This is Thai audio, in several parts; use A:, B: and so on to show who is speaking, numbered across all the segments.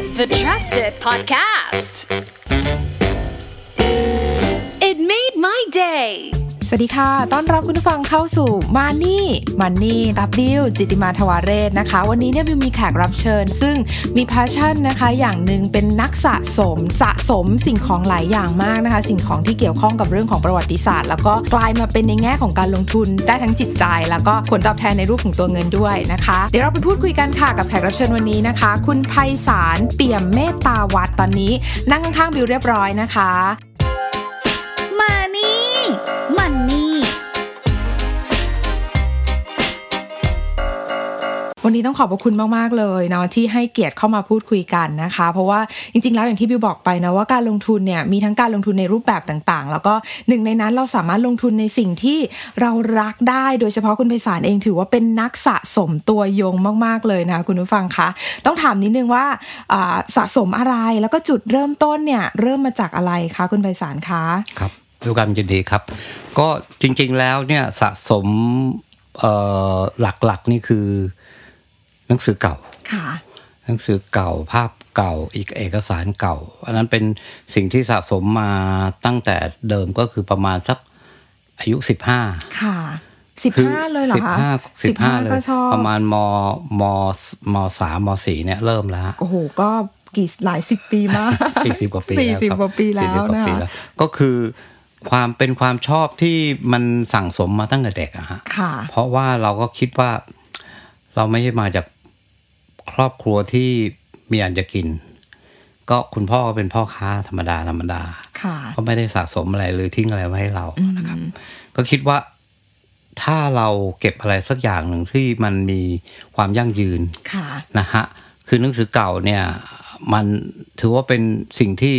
A: Trusted Podcast It made my day
B: สวัสดีค่ะ ต้อนรับคุณผู้ฟังเข้าสู่มานี่มันนี่ตับบิวจิติมาทวาเรศนะคะ วันนี้เนี่ยบิวมีแขกรับเชิญ ซึ่งมีแพชชั่นนะคะ อย่างหนึ่งเป็นนักสะสมสะสมสิ่งของหลายอย่างมากนะคะ สิ่งของที่เกี่ยวข้องกับเรื่องของประวัติศาสตร์ แล้วก็กลายมาเป็นในแง่ของการลงทุนได้ทั้งจิตใจ แล้วก็ผลตอบแทนในรูปของตัวเงินด้วยนะคะ เดี๋ยวเราไปพูดคุยกันค่ะกับแขกรับเชิญวันนี้นะคะ คุณไพศาลเปี่ยมเมตตาวัดตอนนี้นั่งข้างๆบิวเรียบร้อยนะคะ
A: มานี่ มันนี่
B: วันนี้ต้องขอบพระคุณมาก ๆ เลยเนาะที่ให้เกียรติเข้ามาพูดคุยกันนะคะ เพราะว่าจริง ๆ แล้วอย่างที่บิวบอกไปนะว่าการลงทุนเนี่ยมีทั้งการลงทุนในรูปแบบต่างๆ แล้วก็หนึ่งในนั้นเราสามารถลงทุนในสิ่งที่เรารักได้โดยเฉพาะคุณไพศาลเองถือว่าเป็นนักสะสมตัวยงมาก ๆ เลยนะคะคุณผู้ฟังคะต้องถามนิดนึงว่าอ่าสะสมอะไรแล้วก็จุดเริ่มต้นเนี่ยเริ่มมาจากอะไรคะคุณไพศาลคะ
C: ครับด้วยความยินดีครับ ก็จริงๆแล้วเนี่ยสะสมเอ่อหลักๆนี่คือหนังสือเก่า
B: ค่ะ
C: หนังสือเก่าภาพเก่าอีกเอกสารเก่า อันนั้นเป็นสิ่งที่สะสมมาตั้งแต่เดิมก็คือประมาณสักอายุ 15
B: ค่ะสิบ
C: คือ
B: ห้าเลยเหรอ
C: สิบ
B: คะ
C: ห้าสิบห้าเลย
B: ก็ชอบ
C: ประมาณมมมสามมสี่เนี่ยเริ่มแล้ว
B: โอ้โหก็กี่หลายสิบปีมาก
C: สี่สิบกว่าปี
B: สี่
C: แล้ว
B: สิบ
C: ครั
B: กว่าปีแล้
C: สี่สิ
B: ว
C: บก
B: นะ
C: ว่าปี
B: คะ
C: แล้วก็คือความเป็นความชอบที่มันสั่งสมมาตั้งแต่เด็กอะฮะ
B: ค่ะ
C: เพราะว่าเราก็คิดว่าเราไม่ได้มาจากครอบครัวที่มีอันจะกิน ก็คุณพ่อก็เป็นพ่อค้าธรรมดาธรรมดา
B: ค่ะ
C: ก็ไม่ได้สะสมอะไรหรือทิ้งอะไรไว้ให้เรานะครับ ก็คิดว่าถ้าเราเก็บอะไรสักอย่างหนึ่งที่มันมีความยั่งยืน
B: ค่ะ
C: นะฮะคือหนังสือเก่าเนี่ยมันถือว่าเป็นสิ่งที่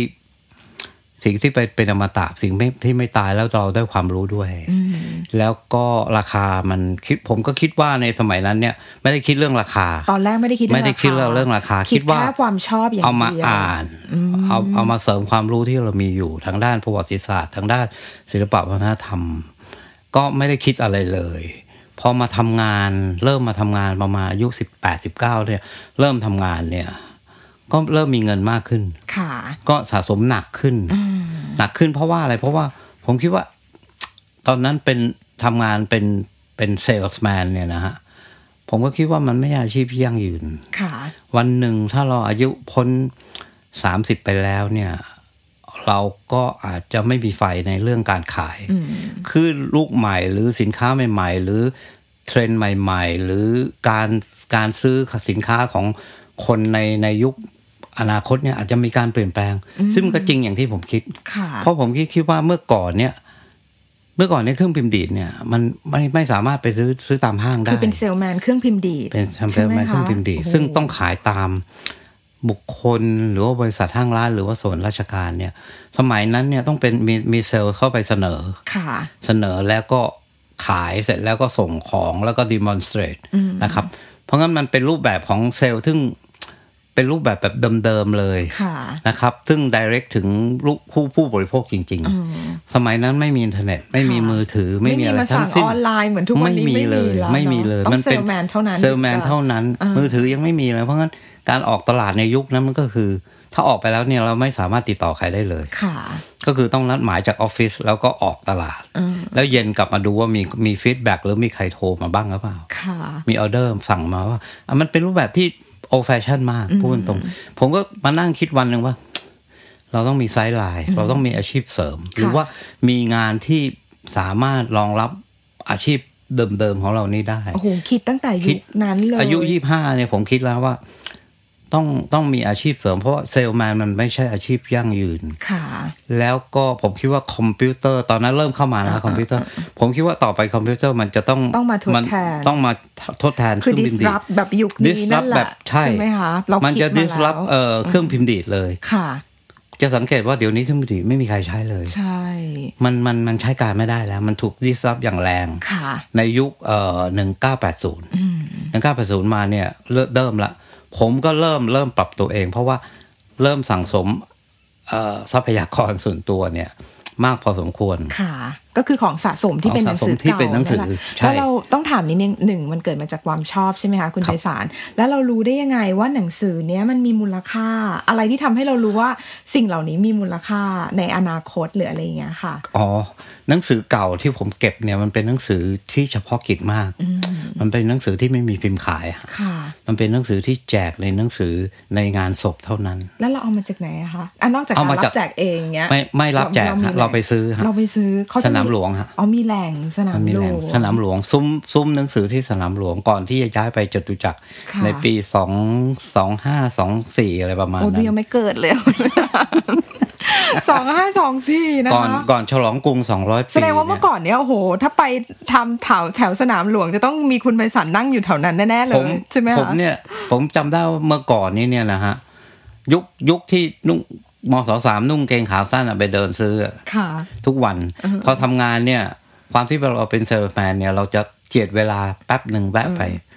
C: สิ่งที่เป็นเป็นอมตะสิ่งไม่ที่ไม่ตายแล้วเราได้ความรู้ด้วย
B: อืม
C: แล้วก็ราคามันคิดผมก็คิดว่าในสมัยนั้นเนี่ยไม่ได้คิดเรื่องราคา
B: ตอนแรกไม่ได้คิด
C: ไม่ได้คิดเรื่องราคา
B: คิ
C: คิ
B: ด
C: ดว่า
B: แค่ความชอบอย่าง
C: เอามา
B: เดียว
C: อ่านเอาเอามาเสริมความรู้ที่เรามีอยู่ทางด้านประวัติศาสตร์ทางด้านศิลปวัฒนธรรม ก็ไม่ได้คิดอะไรเลย พอมาทำงานเริ่มมาทำงานประมาณอายุสิบแปดสิบเก้าเนี่ย เริ่มทำงานเนี่ย ก็เริ่มมีเงินมากขึ้น
B: ค่ะ
C: ก็สะสมหนักขึ้น หนักขึ้นเพราะว่าอะไร เพราะว่าผมคิดว่า ตอนนั้นเป็นทำงานเป็นเป็นเซลส์แมนเนี่ยนะฮะผมก็คิดว่ามันไม่ใช่อาชีพที่ยั่งยืน
B: ค่ะ
C: วันหนึ่งถ้าเราอายุพ้นสามสิบไปแล้วเนี่ย เราก็อาจจะไม่มีไฟในเรื่องการขาย
B: อืม
C: คือลูกใหม่หรือสินค้าใหม่ ๆ หรือเทรนด์ใหม่ ๆ หรือการการซื้อสินค้าของคนในในยุคอนาคตเนี่ยอาจจะมีการเปลี่ยนแปลง ซึ่งมันก็จริงอย่างที่ผมคิด
B: ค่ะ
C: เพราะผมคิดคิดว่าเมื่อก่อนเนี่ย เมื่อก่อนในยเครื่องพิมพ์ดีดเนี่ย มันไม่ไม่สามารถไปซื้อซื้อตามห้างได้
B: คือเป็นเซลแมนเครื่องพิมพ์ดีด
C: เป็นทำ
B: ใช่
C: เป็น
B: ไห
C: แมนเครื่องพิมพ์ดีด
B: คะ
C: ซึ่งต้องขายตามบุคคลหรือว่าบริษัทห้างร้านหรือว่าส่วนราชการเนี่ย สมัยนั้นเนี่ยต้องเป็นมีมีเซลล์เข้าไปเสนอ
B: ค่ะ
C: เสนอแล้วก็ขายเสร็จแล้วก็ส่งของแล้วก็ demonstrate นะครับ เพราะงั้นมันเป็นรูปแบบของเซลล์ซึ่งเป็นรูปแบบแบบเดิมๆเลย
B: ค่ะ
C: นะครับ ซึ่ง direct ถึงลูกผู้ผู้บริโภคจริง ๆ สมัยนั้นไม่มีอินเทอร์เน็ต ไม่มี
B: ค่ะ
C: มือถือ ไม่มีอะไร
B: ไม่มีมาสั่
C: ทั้
B: ง
C: งสิ้น
B: ออนไลน์เหมือนทุกวันนี้
C: ไม่มีเลย
B: ไม่
C: ไม่
B: มี
C: มี
B: แล้
C: เล
B: วย เนอะ
C: ป็
B: ต้อง salesman เท่านั้น
C: เซลแมนเท่านั้น
B: อ่ามื
C: มือถือยังไม่มีเลย เพราะงั้นการออกตลาดในยุคนั้นมันก็คือ ถ้าออกไปแล้วเนี่ยเราไม่สามารถติดต่อใครได้เลย
B: ค่ะ
C: ก็คือต้องนัดหมายจากออฟฟิศแล้วก็ออกตลาด
B: อืม
C: แล้วเย็นกลับมาดูว่ามีมีฟีดแบ็หรือมีใครโทรมาบ้างหรือเปล่า
B: ค่ะ
C: มีออเดอร์สั่งมาว่าอ่ะมันเป็นรูปแบบที่โอแฟชั่นมากพูดตรงๆผมก็มานั่งคิดวันหนึ่งว่า เราต้องมีไซด์ไลน์เราต้องมีอาชีพเสริม หรือว่ามีงานที่สามารถรองรับอาชีพเดิมๆของเรานี้ได้
B: โอ้โห คิดตั้งแต่ยุ
C: คิด
B: คนั้นเลย
C: อายุยี่ห้าเนี่ยผมคิดแล้วว่า ต้องต้องมีอาชีพเสริมเพราะเซลแมนมันไม่ใช่อาชีพยั่งยืน
B: ค่ะ
C: แล้วก็ผมคิดว่าคอมพิวเตอร์ตอนนั้นเริ่มเข้ามาแล้วคอมพิวเตอร์ ผมคิดว่าต่อไปคอมพิวเตอร์มันจะต้อง
B: ต้องมาทดแทน
C: นต้องมาทดแทน
B: คือ
C: เครื่งบินดีด
B: disrupt แบบยุคนี้นั่น
C: disrupt
B: แห
C: แบ
B: ละ
C: บใช่
B: ไหมคะเรา
C: มัน
B: คิด
C: จะ
B: มาแล้ว
C: disrupt เอ่อเครื่องพิมพ์ดีดเลย
B: ค่ะ
C: จะสังเกตว่าเดี๋ยวนี้เครื่องพิมพ์ดีดไม่มีใครใช้เลย
B: ใช่
C: มันมันมันใช้การไม่ได้แล้ว มันถูก disrupt อย่างแรง
B: ค่ะ
C: ในยุคเอ่อหนึ่งเก้าแปดศูนย์หนึ่งเก้าแปดศูนย์มาเนี่ยเริ่มเริ่มละ ผมก็เริ่มเริ่มปรับตัวเอง เพราะว่าเริ่มสั่งสมเอ่อทรัพยากรส่วนตัวเนี่ย มากพอสมควร
B: ค่ะ ก็คือของสะสมที่เป็นหนังสือ
C: ของสะสมที่เป็นหนังสือ
B: เก่าแหละ
C: ใช่
B: แล้วเราต้องถามนิดนึงหนึ่งมันเกิดมาจากความชอบใช่ไหมคะคุณ
C: ครั
B: ไพ
C: บ
B: ศาลแล้วเรารู้ได้ยังไงว่าหนังสือเนี้ยมันมีมูลค่า อะไรที่ทำให้เรารู้ว่าสิ่งเหล่านี้มีมูลค่าในอนาคตหรืออะไรอย่างเงี้ยค่ะ
C: อ๋อหนังสือเก่าที่ผมเก็บเนี่ยมันเป็นหนังสือที่เฉพาะกิจมาก
B: อืม
C: มันเป็นหนังสือที่ไม่มีพิมพ์ขายอะ
B: ค่ะ
C: มันเป็นหนังสือที่แจกในหนังสือในงานศพเท่านั้น
B: แล้วเราเอามาจากไหนอะคะอ่ะนอกจาก
C: เอา
B: การ
C: มา
B: รั
C: จาก
B: บแจกเองเนี้ย
C: ไม่ไม่รับแจก
B: มีแห
C: ฮะ
B: ล่ง
C: เราไปซื้อฮะ
B: เราไปซื้อเขาจะ
C: สนามหลวงฮะ
B: อ๋อมีแหล่งสนาม
C: มันมี
B: หล
C: แห
B: ว
C: ล่
B: ง
C: งสนามหลวงซุ้มซุ้มหนังสือที่สนามหลวงก่อนที่จะย้ายไปจตุจักร
B: ค่ะ
C: ในปีสองสองห้าสองสี่อะไรประมาณ
B: โอ้ดู
C: นั้
B: ยัง
C: น
B: ไม่เกิดเลย สองห้าสองสี่นะ
C: ก่อน
B: คะ
C: ก่อนฉลองกรุงสองร้อยปี
B: แสดงว่าเมื่อก่อนเนี่ยโอ้โห ถ้าไปทำแถวแถวสนามหลวงจะต้องมีคุณไพศาลนั่งอยู่แถวนั้นแน่ๆเล
C: ผ
B: ย
C: ม
B: ใช่ไหม
C: ผม
B: คะ
C: เนี่ย ผมจำได้ว่าเมื่อก่อนนี้เนี่ยนะฮะ ยุคยุคที่นุ่งมสสามนุ่งเกงขาสั้นอะไปเดินซื้ออะ
B: ค่ะ
C: ทุกวัน
B: เออ
C: พอทำงานเนี่ย ความที่เราเป็นเซลส์แมนเนี่ย เราจะเจียดเวลาแป๊บหนึ่งแวะไป
B: เออ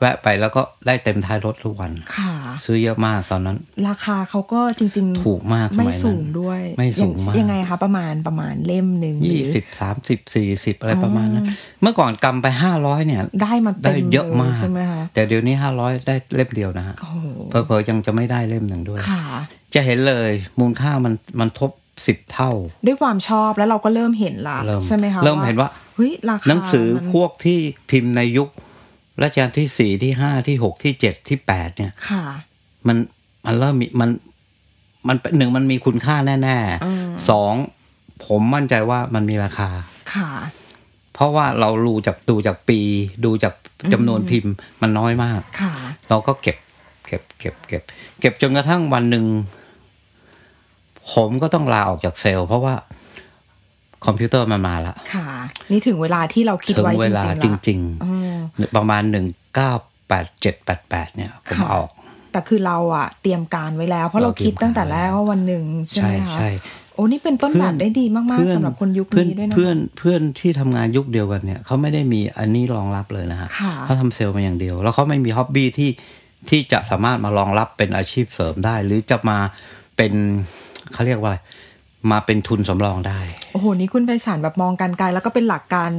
C: แวะไปแล้วก็ได้เต็มท้ายรถทุกวัน
B: ค่ะ
C: ซื้อเยอะมากตอนนั้น
B: ราคาเขาก็จริงๆ
C: ถูกมากส
B: ไม่
C: มัย
B: สู
C: นั้น
B: งด้วย
C: ไม่สูงมาก
B: ยังไงคะประมาณประมาณเล่มหนึ่งหรือ
C: ยี่สิบสามสิบสี่สิบอะไร
B: อ๋อ
C: ประมาณนั้น เมื่อก่อนกำไปห้าร้อยเนี่ย
B: ได้มา
C: ได้
B: ต็
C: เยอะมาก
B: ลใช่ไหมคะ
C: แต่เดี๋ยวนี้ห้าร้อยได้เล่มเดียวนะฮะ
B: โอ้โห
C: เพอเพอๆยังจะไม่ได้เล่มหนึ่งด้วย
B: ค่ะ
C: จะเห็นเลยมูลค่ามันมันทบสิบเท่า
B: ด้วยความชอบแล้วเราก็เริ่มเห็นละ
C: เริ่ม
B: ใช่ไหมคะ
C: เริ่มเห็นว่า
B: เฮ้ยราคา
C: หนังสือ
B: มัน
C: พวกที่พิมพ์ในยุครัชกาลที่สี่ที่ห้าที่หกที่เจ็ดที่แปดเนี่ย
B: ค่ะ
C: มันมันเริ่มมีมันมันหนึ่งมันมีคุณค่าแน่
B: อืม
C: ๆสองผมมั่นใจว่ามันมีราคา
B: ค่ะ
C: เพราะว่าเรารู้จากดูจากปี ดูจากจำนวนพิมพ์ มันน้อยมาก
B: ค่ะ
C: เราก็เก็บ เก็บ เก็บ เก็บ เก็บจนกระทั่งวันหนึ่ง ผมก็ต้องลาออกจากเซลล์ เพราะว่าคอมพิวเตอร์มันมาละ
B: ค่ะ นี่ถึงเวลาที่เราคิด
C: ถึง
B: ไว้
C: เว
B: จริงๆแล้
C: ลา
B: ว
C: จริง
B: อืม
C: ๆ ประมาณหนึ่งเก้าแปดเจ็ดแปดแปดเนี่ยผม
B: ค่ะ
C: ออก
B: แต่คือเราอะเตรียมการไว้แล้ว เพราะเรา
C: เราเตรียม
B: คิดตั้งแต่แรกว่าวันหนึ่งใช่ไหมคะ
C: ใช่
B: โอ้นี่เป็นต้นแบบ
C: เพื่อน
B: ได้ดีมากๆสำหรับคนยุค
C: เพื่อน
B: นี้ด้วยนะ
C: เพื่อนเพื่อนที่ทำงานยุคเดียวกันเนี่ยเขาไม่ได้มีอันนี้รองรับเลยนะฮะ
B: ค่ะ
C: เขาทำเซลล์มาอย่างเดียว แล้วเขาไม่มีฮ็อบบี้ที่ที่จะสามารถมารองรับเป็นอาชีพเสริมได้ หรือจะมาเป็นเขาเรียกว่าอะไรมาเป็นทุนสำรองได้
B: โอ้โห นี่คุณไพศาลแบบมองการไกลแล้วก็เป็นหลักการ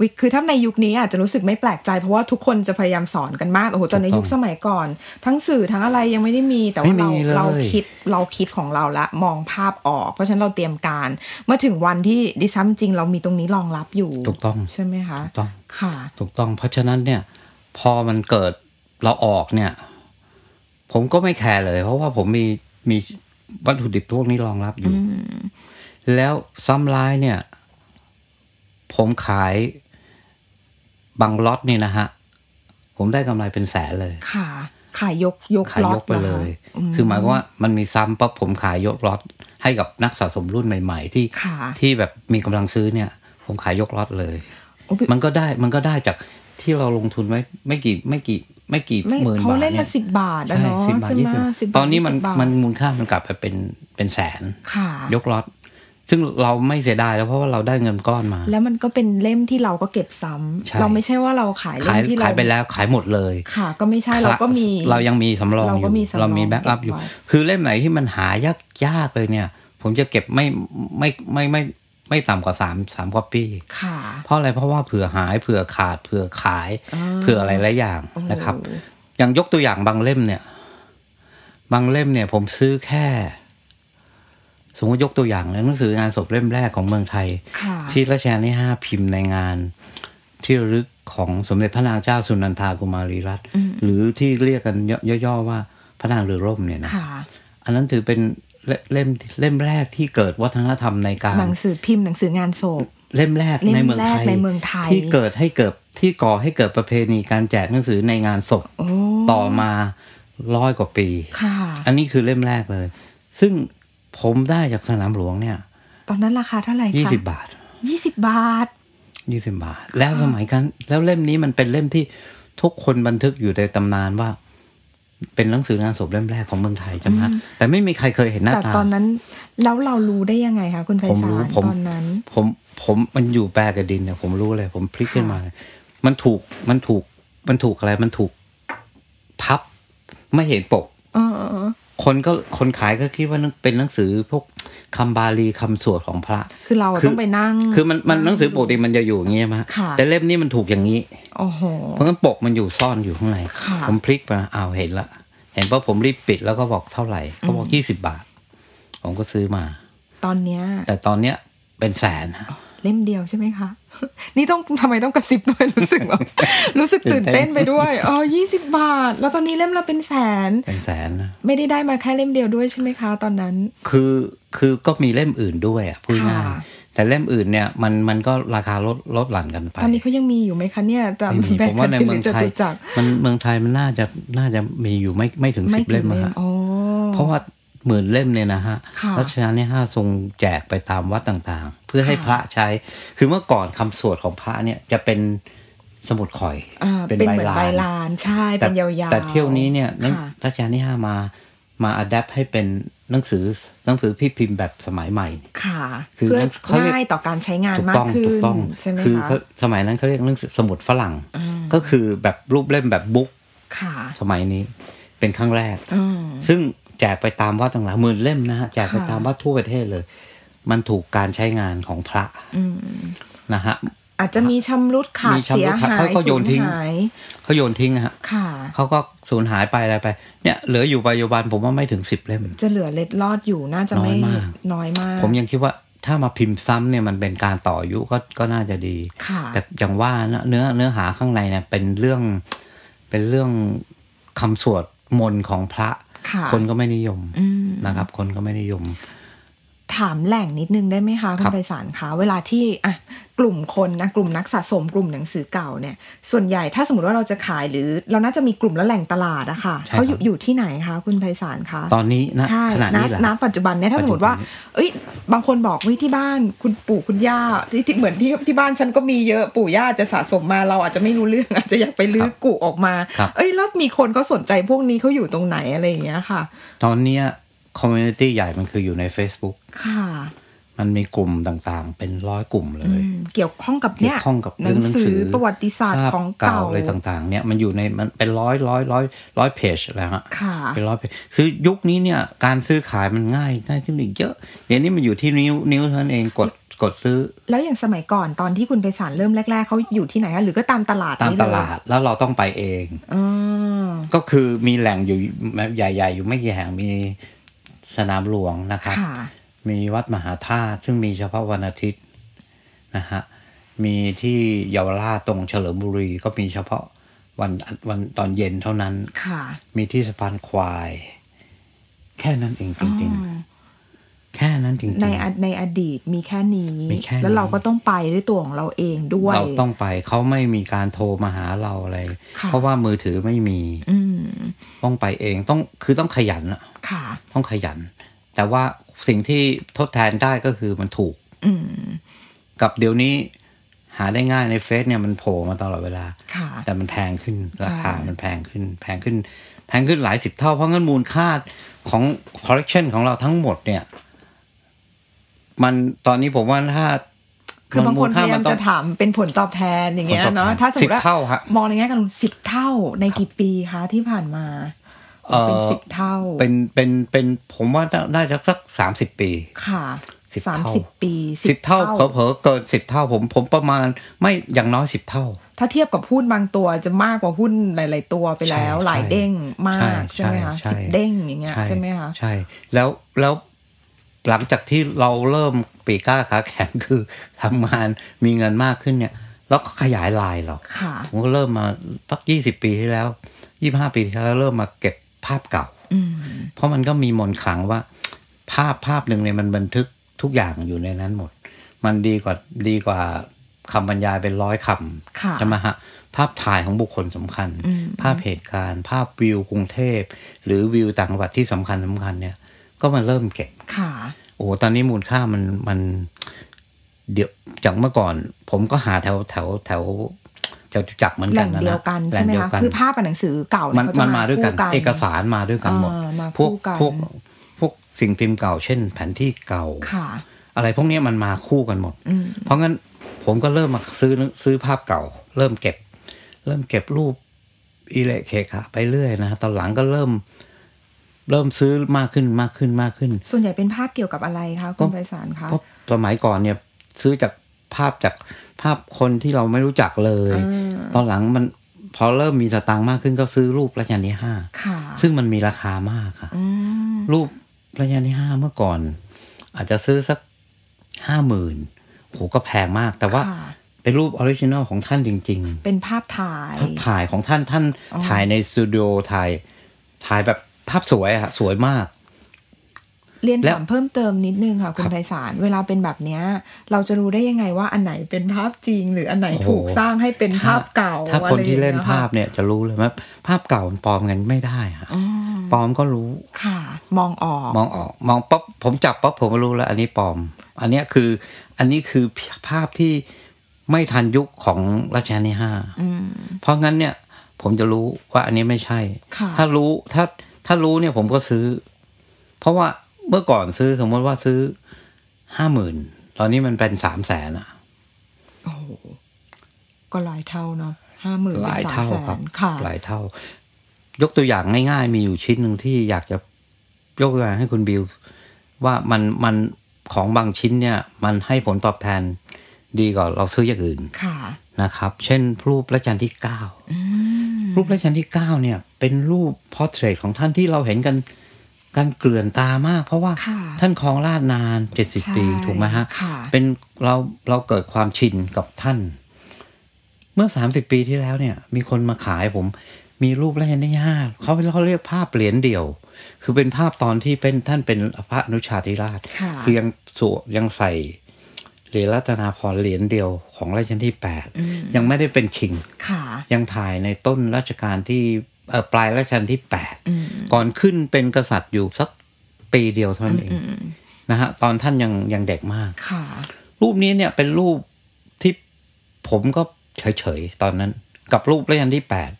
B: วิคือถ้าในยุคนี้อาจจะรู้สึกไม่แปลกใจ เพราะว่าทุกคนจะพยายามสอนกันมาก โอ้โห ตอนใน
C: ถูกต้อง
B: ยุคสมัยก่อน ทั้งสื่อทั้งอะไรยังไม่ได้มี แต่ว่า
C: ไม่
B: เรา
C: มีเลย
B: เราคิดเราคิดของเราละมองภาพออก เพราะฉะนั้นเราเตรียมการ เมื่อถึงวันที่ดิซ้ำจริงเรามีตรงนี้รองรับอยู่
C: ถูกต้อง
B: ใช่ไหมคะ
C: ถูกต้อง
B: ค่ะ
C: ถูกต้อง เพราะฉะนั้นเนี่ย พอมันเกิดเราออกเนี่ย ผมก็ไม่แคร์เลย เพราะว่าผมมีมีวัตถุดิบพวกนี้รองรับอยู่
B: อืม
C: แล้วซ้ำร้ายเนี่ย ผมขายบางล็อตนี่นะฮะ ผมได้กำไรเป็นแสนเลย
B: ค่ะ ขายยกยก
C: ขาย
B: ล็อย ต
C: กไปเลย
B: หระ
C: คือหมายความว่ามันมีซ้ำปั๊บผมขายยกล็อตให้กับนักสะสมรุ่นใหม่ ๆ ที่
B: ค่ะ
C: ที่แบบมีกำลังซื้อเนี่ย ผมขายยกล็อตเลย
B: โอ้พี่
C: มันก็ได้มันก็ได้จากที่เราลงทุนไว้ไม่กี่ไม่กี่ไม่กี่
B: ไม่
C: หมื่น
B: เขา
C: บาท
B: เล่น
C: เนี่
B: ละ
C: ย
B: สิบบาทอะ
C: ใช่
B: เนาะ
C: สิบบาท
B: ใช่ไหม
C: ยี่สิบ
B: สิบบาท
C: ตอนนี้มัน
B: ยี่สิบบาท
C: มันมูลค่ามันกลับไปเป็นเป็นแสน
B: ค่ะ
C: ยกล็อตซึ่งเราไม่เสียดายแล้วเพราะว่าเราได้เงินก้อนมา
B: แล้วมันก็เป็นเล่มที่เราก็เก็บซ้ำ
C: ใช่
B: เราไม่ใช่ว่าเราขายเล่
C: ขาย
B: มที่เรา
C: ขายไปแล้วขายหมดเลย
B: ค่ะ ก็ไม่ใช่เราก็มี
C: เรายังมีสำรอง
B: เรา
C: อ
B: ก็
C: ยู่
B: มีสำรอง
C: เรามีแบ็กอัพ
B: เก็บไว้
C: อยู่ คือเล่มไหนที่มันหายากยากๆเลยเนี่ย ผมจะเก็บไม่ไม่ไม่ไม่ไม่ไม่ต่ำกว่าสามสามก๊อปปี้
B: ค่ะ
C: เพราะอะไรเพราะว่าเผื่อหายเผื่อขาดเผื่อขาย เผื่ออะไรหลายอย่าง
B: โอ้โห
C: นะครับ อย่างยกตัวอย่างบางเล่มเนี่ย บางเล่มเนี่ย ผมซื้อแค่ สมมติยกตัวอย่างหนังสืองานศพเล่มแรกของเมืองไทย
B: ค่ะ
C: ที่รัชกาลที่ห้าพิมพ์ในงาน ที่ระลึกของสมเด็จพระนางเจ้าสุนันทากุมารีรัตน์
B: อืม
C: หรือที่เรียกกันย่อๆว่าพระนางเรือร่มเนี่ยนะ
B: ค่ะ
C: อันนั้นถือเป็นเล่เล่มเล่มแรกที่เกิดวัฒนธรรมในการ
B: หนังสือพิมพ์หนังสืองานศพ
C: เล่มแรก
B: เล่ม
C: ในเมืองไทย
B: แรกในเมืองไทย
C: ที่เกิดให้เกิดที่ก่อให้เกิดประเพณีการแจกหนังสือในงานศพ
B: โอ้
C: ต่อมาร้อยกว่าปี
B: ค่ะ
C: อันนี้คือเล่มแรกเลย ซึ่งผมได้จากสนามหลวงเนี่ย
B: ตอนนั้นราคาเท่าไหร่คะ
C: ยี่สิบบาท
B: ยี่สิบบาท
C: ยี่สิบาท แล้วสมัยกันแล้วเล่มนี้มันเป็นเล่มที่ทุกคนบันทึกอยู่ในตำนานว่า เป็นหนังสืองานศพเล่มแรกของเมืองไทยใช่ไหมฮะแต่ไม่มีใครเคยเห็นหน้า
B: แต่
C: ตา
B: ตอนนั้นแล้วเรารู้ได้ยังไงคะคุณไพ
C: ผม
B: ศา
C: รู้
B: ล
C: ผม
B: ตอนนั้น
C: ผมผมมันอยู่แปลกับดินเนี่ยผมรู้เลย ผมพลิก
B: ค่ะ
C: ขึ้นมาเลยมันถูกมันถูกมันถูกอะไรมันถูกพับไม่เห็นปก
B: เออ
C: คนก็คนขายก็คิดว่าเป็นหนังสือพวกคำบาลีคำสวดของพระ
B: คือเรา
C: คือ
B: ต้องไปนั่ง
C: คือมันมันหนังสือปกติมันจะอยู่อย่างนี้ใช่ไหมฮะ
B: ค่ะ
C: แต่เล่มนี้มันถูกอย่างนี้
B: โอ้โห
C: เพราะงั้นปกมันอยู่ซ่อนอยู่ข้างใน
B: ค่ะ
C: ผมพลิกมาอ้าวเห็นละ เห็นเพราะผมรีบปิดแล้วก็บอกเท่าไหร่เขาบอกยี่สิบบาท ผมก็ซื้อมา
B: ตอนเนี้ย
C: แต่ตอนเนี้ยเป็นแสนฮะ
B: เล่มเดียวใช่ไหมคะ นี่ต้องทำไมต้องกระซิบด้วย รู้สึก แบบรู้สึก
C: ตื่
B: ตื่น
C: นเต้
B: เต้น
C: น
B: ไปด้วยอ๋อยี่สิบบาท แล้วตอนนี้เล่มละเป็นแสน
C: เป็นแสนนะ
B: ไม่ได้ได้มาแค่เล่มเดียวด้วยใช่ไหมคะ ตอนนั้น
C: คือคือก็มีเล่มอื่นด้วยอ่ะพูดง่าย
B: ค่ะ
C: แต่เล่มอื่นเนี่ยมันมันก็ราคาลดลดหลั่นกันไป
B: ตอนนี้เขายังมีอยู่ไหมคะเนี่ยตาม
C: ไม่มี
B: แบร
C: ผมว่าใน
B: ด์
C: เมือง
B: จ
C: ไทย
B: ตุจักร
C: มันเมืองไทยมันน่าจะน่าจะมีอยู่ไม่ไม่ถึง
B: ไม่
C: สิบ
B: กี่
C: เล่มอะฮะ
B: อ๋อ
C: เพราะว่าหมื่นเล่มเนี่ยนะฮะ
B: ค่ะ
C: รัชกาลที่ห้าทรงแจกไปตามวัดต่างๆ เพื่อให้
B: ค่ะ
C: พระใช้ คือเมื่อก่อนคำสวดของพระเนี่ยจะเป็นสมุดข่อย
B: อ่าเป็นเหมือนใบลานใช่
C: แต่
B: เป็นยาวๆ
C: แต่เที่ยวนี้เนี่ยหนัง
B: ค่ะ
C: รัชกาลที่ห้ามามาอัดแอปให้เป็นหนังสือหนังสือพิมพ์แบบสมัยใหม่
B: ค่ะ
C: คือ
B: เพื่อ
C: เขาเรียก
B: ง่ายต่อการใช้งาน
C: ถูก
B: มาก
C: ต้อง
B: ขึ้
C: ถู
B: น
C: กต้อง
B: ใช่ไหม
C: อ
B: คะ
C: เขาสมัยนั้นเขาเรียกหนังสือสมุดฝรั่ง
B: อ่า
C: ก็คือแบบรูปเล่มแบบบุ๊ก
B: ค่ะ
C: สมัยนี้เป็นครั้งแรก
B: อืม
C: ซึ่งแจกไปตามวัดต่างๆหมื่นเล่มนะฮะแจกไป
B: ค่ะ
C: ตามวัดทั่วประเทศเลย มันถูกการใช้งานของพระ
B: อืม
C: นะฮะ
B: อาจจะมีชำรุดขา
C: มี
B: ด
C: ชำรุด
B: เสียหา
C: เขา
B: ย
C: ก็โยนทิ้ง
B: สูญหาย
C: เขาโยนทิ้งนะฮะ
B: ค่ะ
C: เขาก็สูญหายไปอะไรไป เนี่ยเหลืออยู่ปัจจุบันผมว่าไม่ถึงสิบเล่ม
B: จะเหลือเล็ดลอดอยู่น่าจะไม่
C: น้อยมาก
B: น้อยมาก
C: ผมยังคิดว่าถ้ามาพิมพ์ซ้ำเนี่ยมันเป็นการต่ออายุก็ก็น่าจะดี
B: ค่ะ
C: แต่อย่างว่านะเนื้อเนื้อหาข้างในเนี่ยเป็นเรื่องเป็นเรื่องคำสวดมนต์ของพระ
B: ค่ะ
C: คนก็ไม่นิยม
B: อืม
C: นะครับ คนก็ไม่นิยม
B: ถามแหล่งนิดนึงได้ไหมคะคุ
C: ครั
B: ณ
C: บ
B: ไพศาลคะเวลาที่อ่ะกลุ่มคนนะกลุ่มนักสะสมกลุ่มหนังสือเก่าเนี่ย ส่วนใหญ่ถ้าสมมติว่าเราจะขายหรือเราน่าจะมีกลุ่มและแหล่งตลาดอะค่ะเขาอยู่อยู่ที่ไหนคะคุณไพศาลคะ
C: ตอนนี้นะ
B: ใช่
C: ขณะ
B: ณ
C: นี้แหละ
B: ณปัจจุบันเนี่ยถ้าสมมติว่า เอ้ย บางคนบอกเฮ้ยที่บ้านคุณปู่คุณย่าที่ที่เหมือนที่ที่บ้านฉันก็มีเยอะปู่ย่าจะสะสมมาเราอาจจะไม่รู้เรื่อง อาจจะอยากไปลื้อกุออกมา
C: ครับ
B: เอ้ยแล้วมีคนเขาสนใจพวกนี้เขาอยู่ตรงไหนอะไรอย่างเงี้ยค่ะ
C: ตอนเนี้คอมมูนิตี้ใหญ่มันคืออยู่ใน Facebook
B: ค่ะ
C: มันมีกลุ่มต่างๆ เป็นร้อยกลุ่มเล
B: อื
C: ย
B: มเกี่ยวข้องกับ
C: เกี่
B: เนี่ย ย
C: วข้องกับ
B: หนั
C: เรื่องงหนัง
B: สื
C: สื
B: อ
C: อ
B: ประวัติศาสตร์ของเก่า
C: อะไรต่างๆ เนี่ยมันอยู่ในมันเป็นร้อยร้อยร้อยร้อยเพจแล้วฮะ
B: ค่ะ
C: เป็นร้อยเพจคือยุคนี้เนี่ยการซื้อขายมันง่ายง่ายขึ้นอีกเยอะเดี๋ยวนี้มันอยู่ที่นิ้วนิ้วเท่านั้นเองกดกดซื้อ
B: แล้วอย่างสมัยก่อนตอนที่คุณไปสารเริ่มแรก ๆเขาอยู่ที่ไหนคะหรือก็ตามตลาด
C: ตาม
B: นี้เย
C: ตลาดแล้วเราต้องไปเอง
B: อ๋อ
C: ก็คือมีแหล่งอยู่ใหญ่ ๆ อยู่ไม่กี่แห่งมีสนามหลวงนะครับ
B: ค่ะ
C: มีวัดมหาธาตุซึ่งมีเฉพาะวันอาทิตย์นะฮะมีที่เยาวราชตรงเฉลิมบุรีก็มีเฉพาะวันวันตอนเย็นเท่านั้น
B: ค่ะ
C: มีที่สะพานควาย แค่นั้นเองจริง
B: อ๋อ
C: ๆ แค่นั้นจริงๆ
B: ในอดในอดีตมีแค่นี้
C: มีแค่นี้
B: แล้วเราก็ต้องไปด้วยตัวของเราเองด้วย
C: เราต้องไปเขาไม่มีการโทรมาหาเราอะไร
B: ค่ะ
C: เพราะว่ามือถือไม่มี
B: อืม
C: ต้องไปเองต้องคือต้องขยันอะ
B: ค่ะ
C: ต้องขยัน แต่ว่าสิ่งที่ทดแทนได้ก็คือมันถูก
B: อืม
C: กับเดี๋ยวนี้หาได้ง่ายในเฟซเนี่ยมันโผล่มาตลอดเวลา
B: ค่ะ
C: แต่มันแพงขึ้นราคา
B: ใช่
C: มันแพงขึ้น แพงขึ้น แพงขึ้นหลายสิบเท่า เพราะงั้นมูลค่าของคอลเล t ชันของเราทั้งหมดเนี่ย มันตอนนี้ผมว่าถ้า
B: คือบางคนพยายาม
C: ต้อ
B: จะถามเป็นผลตอบแทนอย่างเงี้ย
C: ผลตอบแท
B: เนาะถ้าสมม
C: สิบ
B: ติว่า
C: เท่าฮะ
B: มองในแง่การลงทุนสิบเท่าในกี่ปีคะที่ผ่านมา
C: เอ่อ
B: เป็นสิบเท่า
C: เป็นเป็นเป็นผมว่าน่าน่าจะสักสามสิบปี
B: ค่ะ
C: สิบ
B: สาม
C: เท่า
B: สิบปี
C: สิบเท่าเผลอๆเกินสิบเท่า ผมผมประมาณไม่อย่างน้อยสิบเท่า
B: ถ้าเทียบกับหุ้นบางตัวจะมากกว่าหุ้นหลาย ๆ ตัวไปแล้ว
C: ใช่
B: หลายเด้งมาก
C: ใช่
B: ใช่ไหมคะ
C: ใช่
B: สิบเด้งอย่างเงี้ยใช่ไหมคะ
C: ใช่ แล้วแล้วหลังจากที่เราเริ่มปีกล้าขาแข็ง คือทำงานมีเงินมากขึ้นเนี่ยแล้วก็ขยายลายเรา
B: ค่ะ
C: ผมก็เริ่มมาสักยี่สิบปีที่แล้วยี่ห้าปีที่แล้วเริ่มมาเก็บภาพเก่า
B: อืม
C: เพราะมันก็มีมนต์ขลังว่า ภาพภาพหนึ่งเนี่ยมันบันทึกทุกอย่างอยู่ในนั้นหมด มันดีกว่าดีกว่าคำบรรยายเป็นร้อยค
B: ค่ะ
C: ำใช่ไหมฮะภาพถ่ายของบุคคลสำคัญ
B: อืม
C: ภาพเหตุการณ์ ภาพวิวกรุงเทพ หรือวิวต่างจังหวัดที่สำคัญสำคัญเนี่ย ก็มาเริ่มเก็บ
B: ค่ะ
C: โอ้โหตอนนี้มูลค่ามันมัน เดี๋ยวจากเมื่อก่อน ผมก็หาแถวแถวแถวแถวจตุจักรเหมือน
B: แห
C: กัน
B: ล่ง
C: นะ
B: เดียวกันใช่ไหม
C: แหล่งเดี
B: คะ
C: ยวกัน
B: คือภาพกับหนังสือเก่า
C: มั
B: เนี่ย
C: น
B: เขาจะ
C: มันมาด้วยกัน
B: คู่
C: เอกสารมาด้วยกันหมด
B: เออมา
C: พวก
B: คู่กัน
C: พวกพวกสิ่งพิมพ์เก่า เช่น แผนที่เก่า
B: ค่ะ
C: อะไรพวกเนี้ยมันมาคู่กันหมด
B: อืม
C: เพราะงั้นผมก็เริ่มมาซื้อซื้อภาพเก่า เริ่มเก็บ เริ่มเก็บรูปอีเละเคคะไปเรื่อยนะฮะตอนหลังก็เริ่ม เริ่มซื้อมากขึ้นมากขึ้นมากขึ้น
B: ส่วนใหญ่เป็นภาพเกี่ยวกับอะไรคะคุณไพศาลคะ
C: เพราะสมัยก่อนเนี่ยซื้อจากภาพจากภาพคนที่เราไม่รู้จักเลย
B: อ่า
C: ตอนหลังมันพอเริ่มมีสตางค์มากขึ้นก็ซื้อรูปรัชกาลที่ห้า
B: ค่ะ
C: ซึ่งมันมีราคามากค่ะ
B: อืม
C: รูปรัชกาลที่ห้าเมื่อก่อน อาจจะซื้อสักห้าหมื่นโหก็แพงมาก แต่ว่า
B: ค่ะ
C: เป็นรูปออริจินอลของท่านจริง
B: เป็นภาพถ่าย
C: ๆภาพถ่ายของท่านท่าน
B: อ๋อ
C: ถ่ายในสตูดิโอถ่ายถ่ายแบบภาพสวยอะสวยมาก
B: เรียน
C: แล้
B: ถาว มเพิ่มเติมนิดนึงค่ะ คุ
C: ครั
B: ณ
C: บ
B: ไพศาลเวลาเป็นแบบเนี้ย เราจะรู้ได้ยังไงว่าอันไหนเป็นภาพจริง หรืออันไหน
C: โอ้โห
B: ถูกสร้างให้เป็นภาพเก่า
C: ถ้าคนที่เล่นภาพ
B: อะไรอย่งงี้ย
C: เนี่ยจะรู้เลยว่าภาพเก่ามันปลอมกันไม่ได้ค่ะ
B: ค่ะอืม
C: ปลอมก็รู้
B: ค่ะ มองออก
C: มองออก มองปั๊บผมจับปั๊บผมก็รู้แล้ว อันนี้ปลอม อันเนี้ยคือ อันนี้คือภาพที่ไม่ทันยุคของรัชกาลที่ห้า
B: อืม
C: เพราะงั้นเนี่ย ผมจะรู้ว่าอันนี้ไม่ใช่
B: ค่ะ
C: ถ้ารู้ถ้าถ้ารู้เนี่ยผมก็ซื้อ เพราะว่าเมื่อก่อนซื้อสมมติว่าซื้อห้าหมื่นตอนนี้มันเป็นสามแสนอะ
B: โอ้โหก็หลายเท่าเนาะห้าหมื่น
C: หลาย
B: สาม
C: เท่า
B: แส
C: ครับ
B: นค่ะ
C: หลายเท่า ยกตัวอย่างง่ายๆ มีอยู่ชิ้นหนึ่งที่อยากจะยกตัวอย่างให้คุณบิว ว่ามันมันของบางชิ้นเนี่ย มันให้ผลตอบแทนดีกว่าเราซื้ออย่างอื่น
B: ค่ะ
C: นะครับ เช่น รูปรัชกาลที่เก้า
B: อืม
C: รูปรัชกาลที่เก้าเนี่ย เป็นรูปพอร์เทรตของท่านที่เราเห็นกันกันเกลื่อนตามาก เพราะว่า
B: ค่ะ
C: ท่านครองราชย์นานเจ็ดสิบ
B: ใช่
C: ปีถูกไหมฮะ
B: ค่ะ
C: เป็นเราเราเกิดความชินกับท่าน เมื่อสามสิบปีที่แล้วเนี่ย มีคนมาขายผม มีรูปรัชกาลที่ห้าเขาเขาเรียกภาพเหรียญเดี่ยว คือเป็นภาพตอนที่เป็นท่านเป็นพระอนุชาธิราช
B: ค่ะ
C: อยังสวมยังใส่เหรียญรัตนาพรณ์เหรียญเดียวของรัชกาลที่แปด
B: อืม
C: ยังไม่ได้เป็นคิง
B: ค่ะ
C: ยังถ่ายในต้นรัชกาลที่เอ่อปลายรัชกาลที่แปด
B: อืม
C: ก่อนขึ้นเป็นกษัตริย์อยู่สักปีเดียวเท่านั้นเอง
B: อืม
C: นะฮะตอนท่านยังยังเด็กมาก
B: ค่ะ
C: รูปนี้เนี่ยเป็นรูปที่ผมก็เฉยๆ ตอนนั้น กับรูปเล่นที่แปด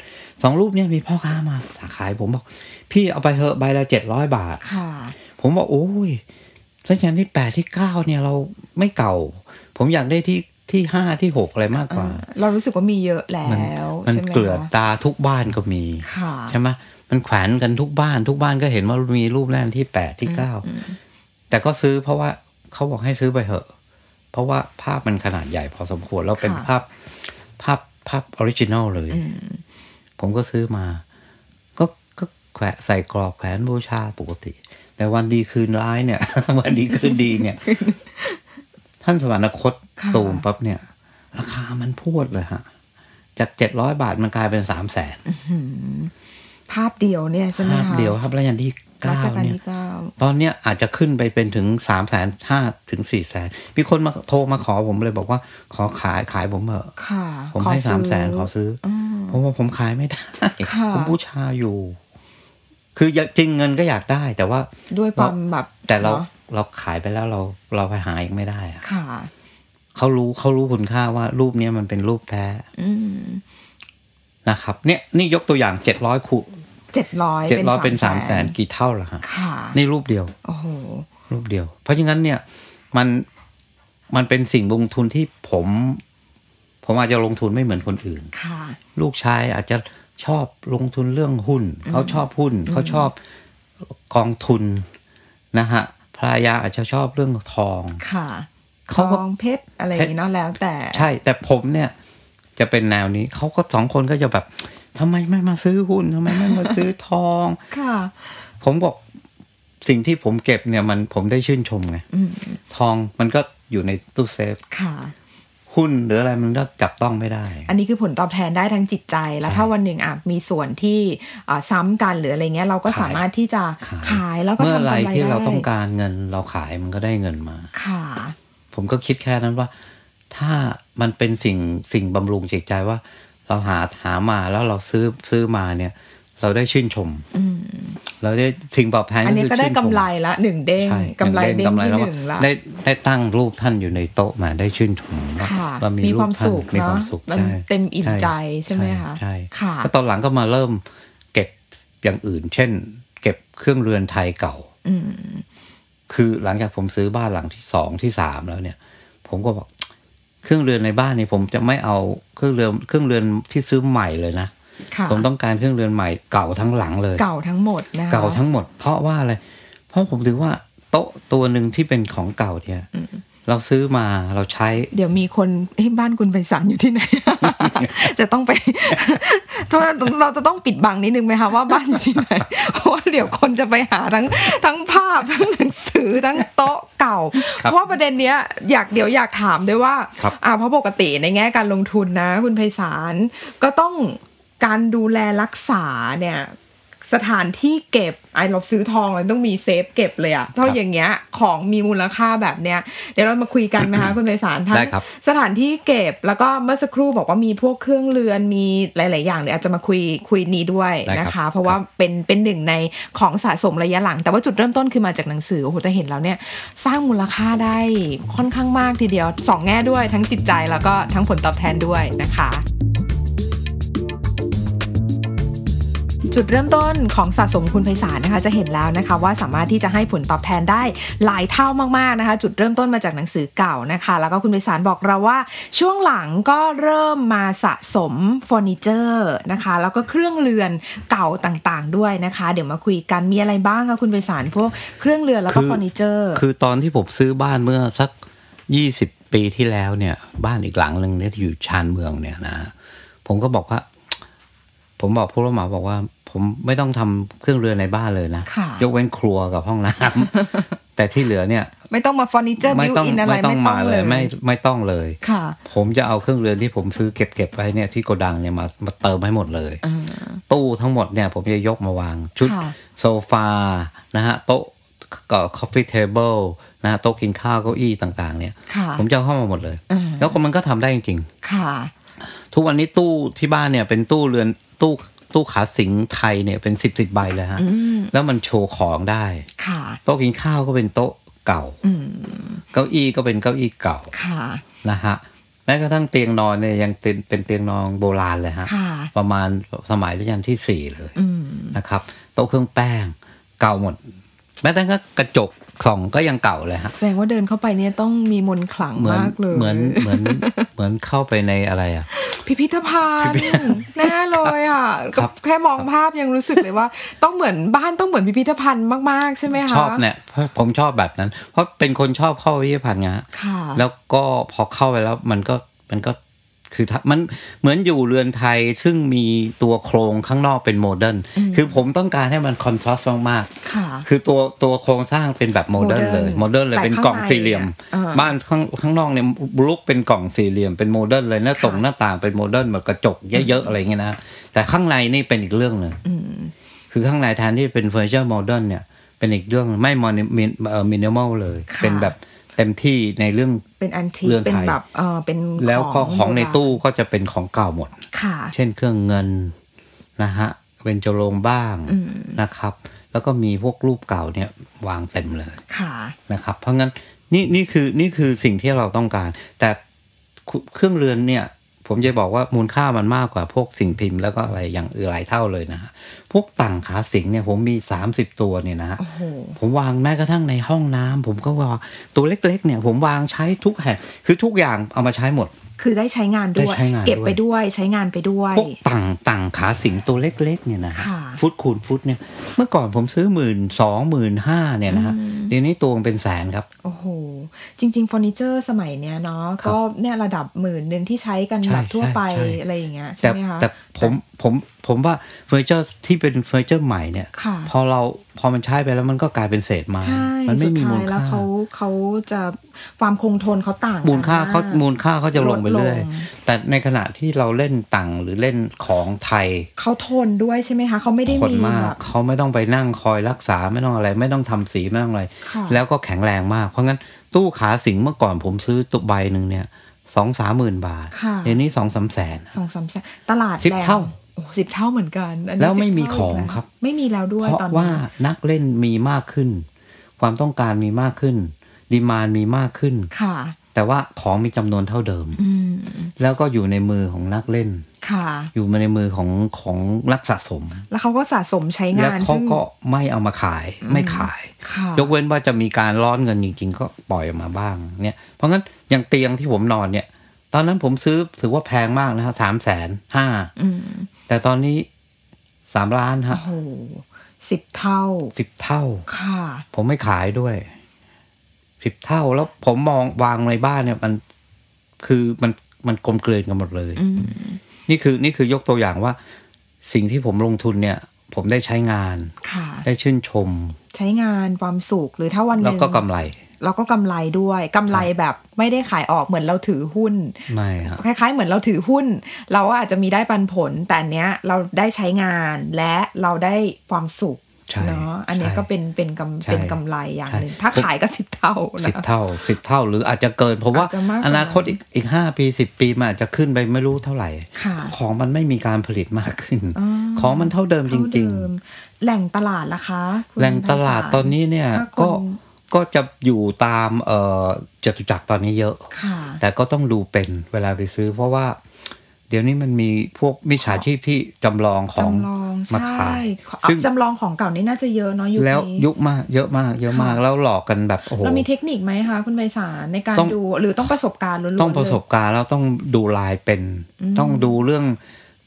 C: สองรูปเนี่ยมีพ่อค้ามาสาขายผมบอก พี่เอาไปเถอะใบละเจ็ดร้อยบาท
B: ค่ะ
C: ผมบอกโอ้ยรัชกาลที่แปดที่เก้าเนี่ยเราไม่เก่า ผมอยากได้ที่ที่ห้าที่หกอะไรมากกว่า
B: เรารู้สึกว่ามีเยอะแล้
C: มัน
B: ว
C: มัน
B: ใช่ไหม
C: เกลือ
B: คะ
C: ตาทุกบ้านก็มี
B: ค่ะ
C: ใช่ไหมมันแขวนกันทุกบ้าน ทุกบ้านก็เห็นว่ามีรูปแรกที่แปดที่เก้าแต่ก็ซื้อเพราะว่าเขาบอกให้ซื้อไปเถอะ เพราะว่าภาพมันขนาดใหญ่พอสมควร แล้วเป็น
B: ค่ะ
C: ภาพภาพภาพออริจินอลเลย
B: อืม
C: ผมก็ซื้อมา ก็ก็แขวะใส่กรอบแขวนบูชาปกติ แต่วันดีคืนร้าย เนี่ย วันดีคืนดีเนี่ย ท่านสวรรคต
B: ค่ะ
C: ตูมปั๊บเนี่ย ราคามันพูดเลยฮะ จากเจ็ดร้อยบาทมันกลายเป็นสามแสน
B: หืมภาพเดียวเนี่ยใช่ไหม
C: ภาพ
B: คะ
C: เดียวครับรัชกาลที่
B: รั
C: เก้า
B: ชกาล
C: เนี่ย
B: ที่เก้า
C: ตอนเนี้ยอาจจะขึ้นไปเป็นถึงสามแสนห้าถึงสี่แสนมีคนมาโทรมาขอผมเลยบอกว่าขอขายขายผมเถอะ
B: ค่ะ
C: ผมให้
B: ขอ
C: สาม
B: ซื้อ
C: แสนขอซื้ออ
B: อืม
C: ผมว่าผมขายไม่ได้
B: ค่ะ
C: ผมบูชาอยู่ คืออยากจริงเงินก็อยากได้ แต่ว่า
B: ด้วยความแบบ
C: แต่เรา
B: นอะ
C: เราขายไปแล้วเราเราไปหาอีกไม่ได้อะ
B: ค่ะ
C: เขารู้เขารู้คุณค่าว่ารูปเนี้ยมันเป็นรูปแท้
B: อืม
C: นะครับ เนี่ยนี่ยกตัวอย่างเจ็ดร้อยคู
B: เจ็ดร้อย
C: เจ็ดร้อยเป็นสามแสนกี่เท่าล่ะฮะ
B: ค่ะ
C: นี่รูปเดียว
B: โอ้โห
C: รูปเดียว เพราะฉะนั้นเนี่ยมันมันเป็นสิ่งลงทุนที่ผม ผมอาจจะลงทุนไม่เหมือนคนอื่น
B: ค่ะ
C: ลูกชายอาจจะชอบลงทุนเรื่องหุ้น เขาชอบหุ้น เขาชอบกองทุนนะฮะภรรยาอาจจะชอบเรื่องทอง
B: ค่ะท
C: เขาก็
B: องเพชรอะไรอย่างงี้เนาะแล้วแต่
C: ใช่ แต่ผมเนี่ยจะเป็นแนวนี้ เขาก็สองคนก็จะแบบทำไมไม่มาซื้อหุ้นทำไมไม่มาซื้อทอง
B: ค่ะ
C: ผมบอกสิ่งที่ผมเก็บเนี่ยมันผมได้ชื่นชมไง
B: อืม
C: ทองมันก็อยู่ในตู้เซฟ
B: ค่ะ
C: หุ้นหรืออะไรมันก็จับต้องไม่ได้
B: อันนี้คือผลตอบแทนได้ทั้งจิตใจ แล้วถ้าวันหนึ่งอ่ะมีส่วนที่อ่ะซ้ำกันหรืออะไรเงี้ย เราก็
C: ขาย
B: สามารถที่จะขายแล้วก็
C: เมื่อ
B: ทำกำ
C: ไห
B: ไร
C: ร
B: ได้
C: ที่เราต้องการเงินเราขายมันก็ได้เงินมา
B: ค่ะ
C: ผมก็คิดแค่นั้นว่า ถ้ามันเป็นสิ่งสิ่งบำรุงจิตใจว่า เราหาหามาแล้วเราซื้อซื้อมาเนี่ย เราได้ชื่นชม
B: อืม
C: เราได้สิ่งตอบแทน
B: อันนี้ก็
C: คื
B: ได้
C: ชื่ชม
B: กำไรละหนึ่งเด้ง
C: ใช่
B: กำไรเด้ง
C: กำไร
B: ที่
C: แล้ว
B: ห
C: ว่า
B: นึ่งละ
C: ได้ได้ตั้งรูปท่านอยู่ในโต๊ะมาได้ชื่นชมว่า
B: ค่ะ
C: ว่ามีรูป
B: ความ
C: ท่าน
B: สุข
C: มีค
B: เนาะ
C: วามสุข
B: มัน
C: ใช่
B: เต็มอิ่มใจใช่ไหมคะ
C: ใช่
B: ค่ะ
C: แล้วตอนหลังก็มาเริ่มเก็บอย่างอื่น เช่น เก็บเครื่องเรือนไทยเก่า
B: อืม
C: คือหลังจากผมซื้อบ้านหลังที่สองที่สามแล้วเนี่ย ผมก็บอก เครื่องเรือนในบ้านนี่ผมจะไม่เอาเครื่องเรือนเครื่องเรือนที่ซื้อใหม่เลยนะ
B: ค่ะ
C: ผมต้องการเครื่องเรือนใหม่เก่าทั้งหลังเลย
B: เก่าทั้งหมดนะคะ
C: เก่าทั้งหมด เพราะว่าอะไร เพราะผมถือว่าโต๊ะตัวหนึ่งที่เป็นของเก่าเนี่ย
B: อืม
C: เราซื้อมาเราใช้
B: เดี๋ยวมีคนเอ้ยบ้านคุณไพศาลอยู่ที่ไหน จะต้องไป เพราะว่าเราจะต้องปิดบังนิดนึงไหมคะว่าบ้านอยู่ที่ไหน เพราะว่าเดี๋ยวคนจะไปหาทั้งทั้งภาพทั้งหนังสือทั้งโต๊ะเก่า
C: ครั
B: เพ
C: บ
B: ราะว่าประเด็นเนี้ยอยากเดี๋ยวอยากถามด้วยว่า
C: ครับ
B: อ่าเพราะปกติในแง่การลงทุนนะ คุณไพศาลก็ต้องการดูแลรักษาเนี่ย สถานที่เก็บไอเราซื้อทองเราต้องมีเซฟเก็บเลยอะถ้า
C: ครับ
B: อย่างเงี้ยของมีมูลค่าแบบเนี้ยเดี๋ยวเรามาคุยกันไหมคะ คุณไพศาลทั้ง
C: ได้ครับ
B: สถานที่เก็บแล้วก็เมื่อสักครู่บอกว่ามีพวกเครื่องเรือนมีหลาย ๆ อย่างเดี๋ยวอาจจะมาคุยคุยนี้ด้วยนะคะ เพราะว่าเป็นเป็นหนึ่งในของสะสมระยะหลัง แต่ว่าจุดเริ่มต้นคือมาจากหนังสือโอ้โหแต่เห็นแล้วเนี่ยสร้างมูลค่าได้ค่อนข้างมากทีเดียวสองแง่ด้วยทั้งจิตใจแล้วก็ทั้งผลตอบแทนด้วยนะคะ จุดเริ่มต้นของสะสมคุณไพศาลนะคะ จะเห็นแล้วนะคะว่าสามารถที่จะให้ผลตอบแทนได้หลายเท่ามากๆนะคะ จุดเริ่มต้นมาจากหนังสือเก่านะคะ แล้วก็คุณไพศาลบอกเราว่า ช่วงหลังก็เริ่มมาสะสมเฟอร์นิเจอร์นะคะ แล้วก็เครื่องเรือนเก่าต่างๆ ด้วยนะคะ เดี๋ยวมาคุยกันมีอะไรบ้างคะคุณไพศาลพวกเครื่องเรือนแล้วก็
C: คือ
B: เฟอร์นิเจอร์
C: คือตอนที่ผมซื้อบ้านเมื่อสักยี่สิบปีที่แล้วเนี่ย บ้านอีกหลังหนึ่งเนี่ยที่อยู่ชานเมืองเนี่ยนะ ผมก็บอกว่า ผมบอกผู้รับเหมาบอกว่า ผมไม่ต้องทำเครื่องเรือนในบ้านเลยนะ
B: ค่ะ
C: ยกเว้นครัวกับห้องน้ำ แต่ที่เหลือเนี่ย
B: ไม่ต้องมาเฟอร์นิเจอร์
C: ไม่
B: บิว
C: ต้อง
B: อินอะไร
C: ไม่ต้องมาเลย ไม่ไม่ต้องเลย
B: ค่ะ
C: ผมจะเอาเครื่องเรือนที่ผมซื้อเก็บเก็บไว้เนี่ยที่โกดังเนี่ยมามาเติมให้หมดเลย ตู้ทั้งหมดเนี่ยผมจะยกมาวางชุด
B: ค่ะ
C: โซฟานะฮะโต๊ะก็ coffee table นะฮะโต๊ะกินข้าวเก้าอี้ต่างๆ เนี่ย
B: ค่ะ
C: ผมจะเอาเข้ามาหมดเลย
B: อ่า
C: แล้วก็มันก็ทำได้จริง
B: ค่ะ
C: ๆ ทุกวันนี้ตู้ที่บ้านเนี่ยเป็นตู้เรือนตู้ตู้ขาสิงไทยเนี่ยเป็นสิบสิบใบเลยฮะ
B: อืม
C: แล้วมันโชว์ของได้
B: ค่ะ
C: โต๊ะกินข้าวก็เป็นโต๊ะเก่า
B: อืม
C: เก้าอี้ก็เป็นเก้าอี้เก่า
B: ค่ะ
C: นะฮะแม้กระทั่งเตียงนอนเนี่ยยังเป็นเป็นเตียงนอนโบราณเลยฮะ
B: ค่ะ
C: ประมาณสมัยรัชกาลที่สี่เลย
B: อืม
C: นะครับโต๊ะเครื่องแป้งเก่าหมด แม้แต่ก็กระจกส่องก็ยังเก่าเลยฮะ
B: แสดงว่าเดินเข้าไปเนี่ยต้องมีมนต์ขลัง
C: เหมือน
B: มากเลย
C: เหมือน เหมือนเหมือนเข้าไปในอะไรอ่ะ
B: พิพิธภัณฑ์แน่เลยอ่ะ
C: ครับ
B: แค่มองภาพยังรู้สึกเลยว่า ต้องเหมือนบ้านต้องเหมือนพิพิธภัณฑ์มากๆ ใช่ไหมคะ
C: ชอบเนี่ยเพราะผมชอบแบบนั้น เพราะเป็นคนชอบเข้าพิพิธภัณฑ์ไงฮะ
B: ค่ะ
C: แล้วก็พอเข้าไปแล้วมันก็มันก็คือถ้ามันเหมือนอยู่เรือนไทยซึ่งมีตัวโครงข้างนอกเป็นโมเดิร์นคือผมต้องการให้มันคอนทราสต์มากๆ
B: ค่ะ
C: คือตัวตัวโครงสร้างเป็นแบบโมเดิร์นเลย
B: modern
C: โมเดิร์นเลย
B: แต่
C: เป็น
B: ข้าง
C: กล่องสี่เหลี่ยม
B: ในอะเออ
C: บ้านข้างข้างนอกเนี่ยบลุกเป็นกล่องสี่เหลี่ยมเป็นโมเดิร์นเลยหน้าตรงหน้าต่างเป็นโมเดิร์นแบบกระจกเยอะๆอะไรเงี้ยนะแต่ข้างในนี่เป็นอีกเรื่องหนึ่ง
B: อืม
C: คือข้างในแทนที่เป็นเฟอร์นิเจอร์โมเดิร์นเนี่ยเป็นอีกเรื่องไม่มอนมินิมอลเลย
B: ค่ะ
C: เป็นแบบเต็มที่ในเรื่อง
B: เป็นอันทีค
C: เรื่อง
B: เป็น
C: ไทย
B: แบบเออเป็น
C: แล้วก็ของในตู้ก็จะเป็นของเก่าหมด
B: ค่ะ
C: เช่นเครื่องเงินนะฮะเป็นโจรงบ้าง
B: อืม
C: นะครับ แล้วก็มีพวกรูปเก่าเนี่ยวางเต็มเลย
B: ค่ะ
C: นะครับเพราะงั้นนี่นี่คือนี่คือสิ่งที่เราต้องการ แต่คุเครื่องเรือนเนี่ย ผมจะบอกว่ามูลค่ามันมากกว่าพวกสิ่งพิมพ์แล้วก็อะไรอย่างอื่นหลายเท่าเลยนะฮะพวกต่างขาสิงเนี่ยผมมี 30 ตัวเนี่ยนะฮะ
B: โอ้โห
C: ผมวางแม้กระทั่งในห้องน้ำผมก็วางตัวเล็กๆเนี่ยผมวางใช้ทุกแห่งคือทุกอย่างเอามาใช้หมด
B: คือได้ใช้งานด้วย
C: ได้ใช้งานด้วย
B: เก็บไปด้วยใช้งานไปด้วย
C: พวกต่างต่างขาสิงตัวเล็กๆเนี่ยนะฮะ
B: ค่ะ
C: ฟุตคูณฟุตเนี่ยเมื่อก่อนผมซื้อหมื่นสองหมื่นห้าเนี่ยนะฮะ
B: อืม
C: เดี๋ยวนี้ตัวมันเป็นแสนครับ
B: โอ้โห จริงๆเฟอร์นิเจอร์สมัยเนี้ยเนาะก็เนี่ยระดับหมื่นหนึ่งที่ใช้กัน
C: ใช่
B: แบบทั่วไป
C: ใช่ใช่
B: อะไรอย่างเงี้ยใช่
C: แต่
B: ไหมคะ
C: แต่ผมผมผมว่าเฟอร์นิเจอร์ที่เป็นเฟอร์นิเจอร์ใหม่เนี่ย
B: ค่ะ
C: พอเราพอมันใช้ไปแล้วมันก็กลายเป็นเศษไม้
B: ใช่
C: มันไม่
B: สุด
C: มี
B: ท้า
C: มู
B: ย
C: ล
B: แล้ว
C: ค่า
B: เขาเขาจะความคงทนเขาต่าง
C: มูลค่าเขา
B: ก
C: มูลค่าเขาจะลงไปเรื่อย
B: ลดล
C: แต่ในขณะที่เราเล่นต่างหรือเล่นของไทย
B: เขาทนด้วยใช่ไหมคะเขาไม่ได้
C: คน
B: มี
C: มา
B: แบ
C: ก
B: บ
C: เขาไม่ต้องไปนั่งคอยรักษาไม่ต้องอะไร ไม่ต้องทำสีไม่ต้องอะไร
B: ค่ะ
C: แล้วก็แข็งแรงมาก เพราะงั้นตู้ขาสิงเมื่อก่อนผมซื้อตุกใบหนึ่งเนี่ยสองสามหมื่นบาท
B: ค่ะ
C: เดี๋ยวนี้สองสามแสน
B: สองสามแสนตลาด
C: สิบ
B: แดง
C: เท่า
B: โอ้สิบเท่าเหมือนกันอันนี้
C: แล้วไม่
B: สิบ
C: มี
B: เท่า
C: ของ
B: กแล้ว
C: ครับ
B: ไม่มีแล้วด้วย
C: เพราะ
B: ตอน
C: ว่า
B: นี้
C: นักเล่นมีมากขึ้น ความต้องการมีมากขึ้น ดีมานมีมากขึ้น
B: ค่ะ
C: แต่ว่าของมีจำนวนเท่าเดิม
B: อืม
C: แล้วก็อยู่ในมือของนักเล่น
B: ค่ะ
C: อยู่ในมือของของรักสะสม
B: แล้วเขาก็สะสมใช้งา
C: แล้ว
B: น
C: เขา
B: ซึ่ง
C: ก็ไม่เอามาขายไม่ขาย
B: ค่ะ
C: ยกเว้นว่าจะมีการร้อนเงินจริงๆ ก็ปล่อยออกมาบ้างเนี่ยเพราะงั้นอย่างเตียงที่ผมนอนเนี่ย ตอนนั้นผมซื้อถือว่าแพงมากนะฮะสามแสนห้า
B: อืม
C: แต่ตอนนี้สามล้านฮะ
B: โอ้โหสิบเท่า
C: สิบเท่า
B: ค่ะ
C: ผมไม่ขายด้วยสิบเท่าแล้วผมมองวางในบ้านเนี่ย มันคือมันมันกลมเกลืนกันหมดเลย
B: อืม
C: นี่คือนี่คือยกตัวอย่างว่า สิ่งที่ผมลงทุนเนี่ย ผมได้ใช้งาน
B: ค่ะ
C: ได้ชื่นชม
B: ใช้งานความสุขหรือถ้าวันห
C: แล้ว
B: นึ่ง
C: ก็กำไร
B: เราก็กำไรด้วยกำไรแบบไม่ได้ขายออกเหมือนเราถือหุ้น
C: ไม่ฮะ
B: คล้ายๆ เหมือนเราถือหุ้น เราก็อาจจะมีได้ปันผล แต่อันเนี้ยเราได้ใช้งานและเราได้ความสุข
C: ใช่
B: เนาะอันเนี้ย
C: ใช่
B: ก็เป็นเป็นกำ
C: ใช่
B: เป็นกำไรอย่างหนึ่ง
C: ใช่
B: ถ้าขายก็สิบเท่านะ
C: สิบเท่าสิบเท่าหรืออาจจะเกิน ผมว่า
B: อาจจะมากกว่า
C: อนาคตอีกอีกห้าปีสิบปีมันอาจจะขึ้นไปไม่รู้เท่าไหร่
B: ค่ะ
C: ของมันไม่มีการผลิตมากขึ้น
B: า
C: ของมันเท่าเดิมจ
B: เท่า
C: ริง
B: เดิมแหล่งตลาดล่ะคะคุ
C: ๆ
B: ณ
C: แหล่งตลาด
B: ไพศล
C: ตอนนี้เนี่ย
B: ถ้าคน
C: ก็ก็จะอยู่ตามเอ่อจตุจักรตอนนี้เยอะ
B: ค่ะ
C: แต่ก็ต้องดูเป็นเวลาไปซื้อ เพราะว่า เดี๋ยวนี้มันมีพวกมิจฉาชีพที่จำลองของ
B: จำลอง
C: มา
B: ใช่
C: ขาย
B: ขอเอา
C: ซึ่ง
B: จำลองของเก่านี่น่าจะเยอะเนาะยุค
C: แล้ว
B: นี้
C: ยุคมากเยอะมากเยอะมาก
B: ค่ะ
C: แล้วหลอกกันแบบโอ้โห
B: เรามีเทคนิคไหมคะคุณไพศาลในการ
C: ต้อง
B: ดูหรือต้องประสบการณ์ล้วนๆ
C: ต้องประสบ
B: เลย
C: การณ์แล้วต้องดูลายเป็น
B: อืม
C: ต้องดูเรื่อง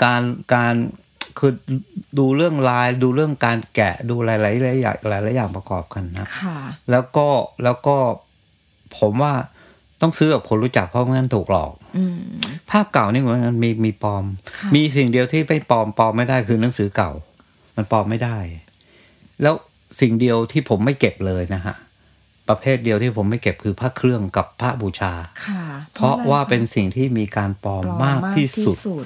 C: การการคือดูเรื่องลายดูเรื่องการแกะดูหลายๆหลายๆอย่างหลายๆอย่างประกอบกันนะ
B: ค่ะ
C: แล้วก็แล้วก็ผมว่าต้องซื้อกับคนรู้จักเพราะไม่งั้นถูกหลอก
B: อืม
C: ภาพเก่านี่เหมือนกันมีมีปลอม
B: ค่ะ
C: มีสิ่งเดียวที่ไม่ปลอมปลอมไม่ได้คือหนังสือเก่า มันปลอมไม่ได้ แล้วสิ่งเดียวที่ผมไม่เก็บเลยนะฮะประเภทเดียวที่ผมไม่เก็บคือพระเครื่องกับพระบูชา
B: ค่ะ
C: เพราะ
B: อไ
C: ว่าเป็นสิ่งที่มีการปลอม
B: ปลอ
C: มากที่สุด
B: ด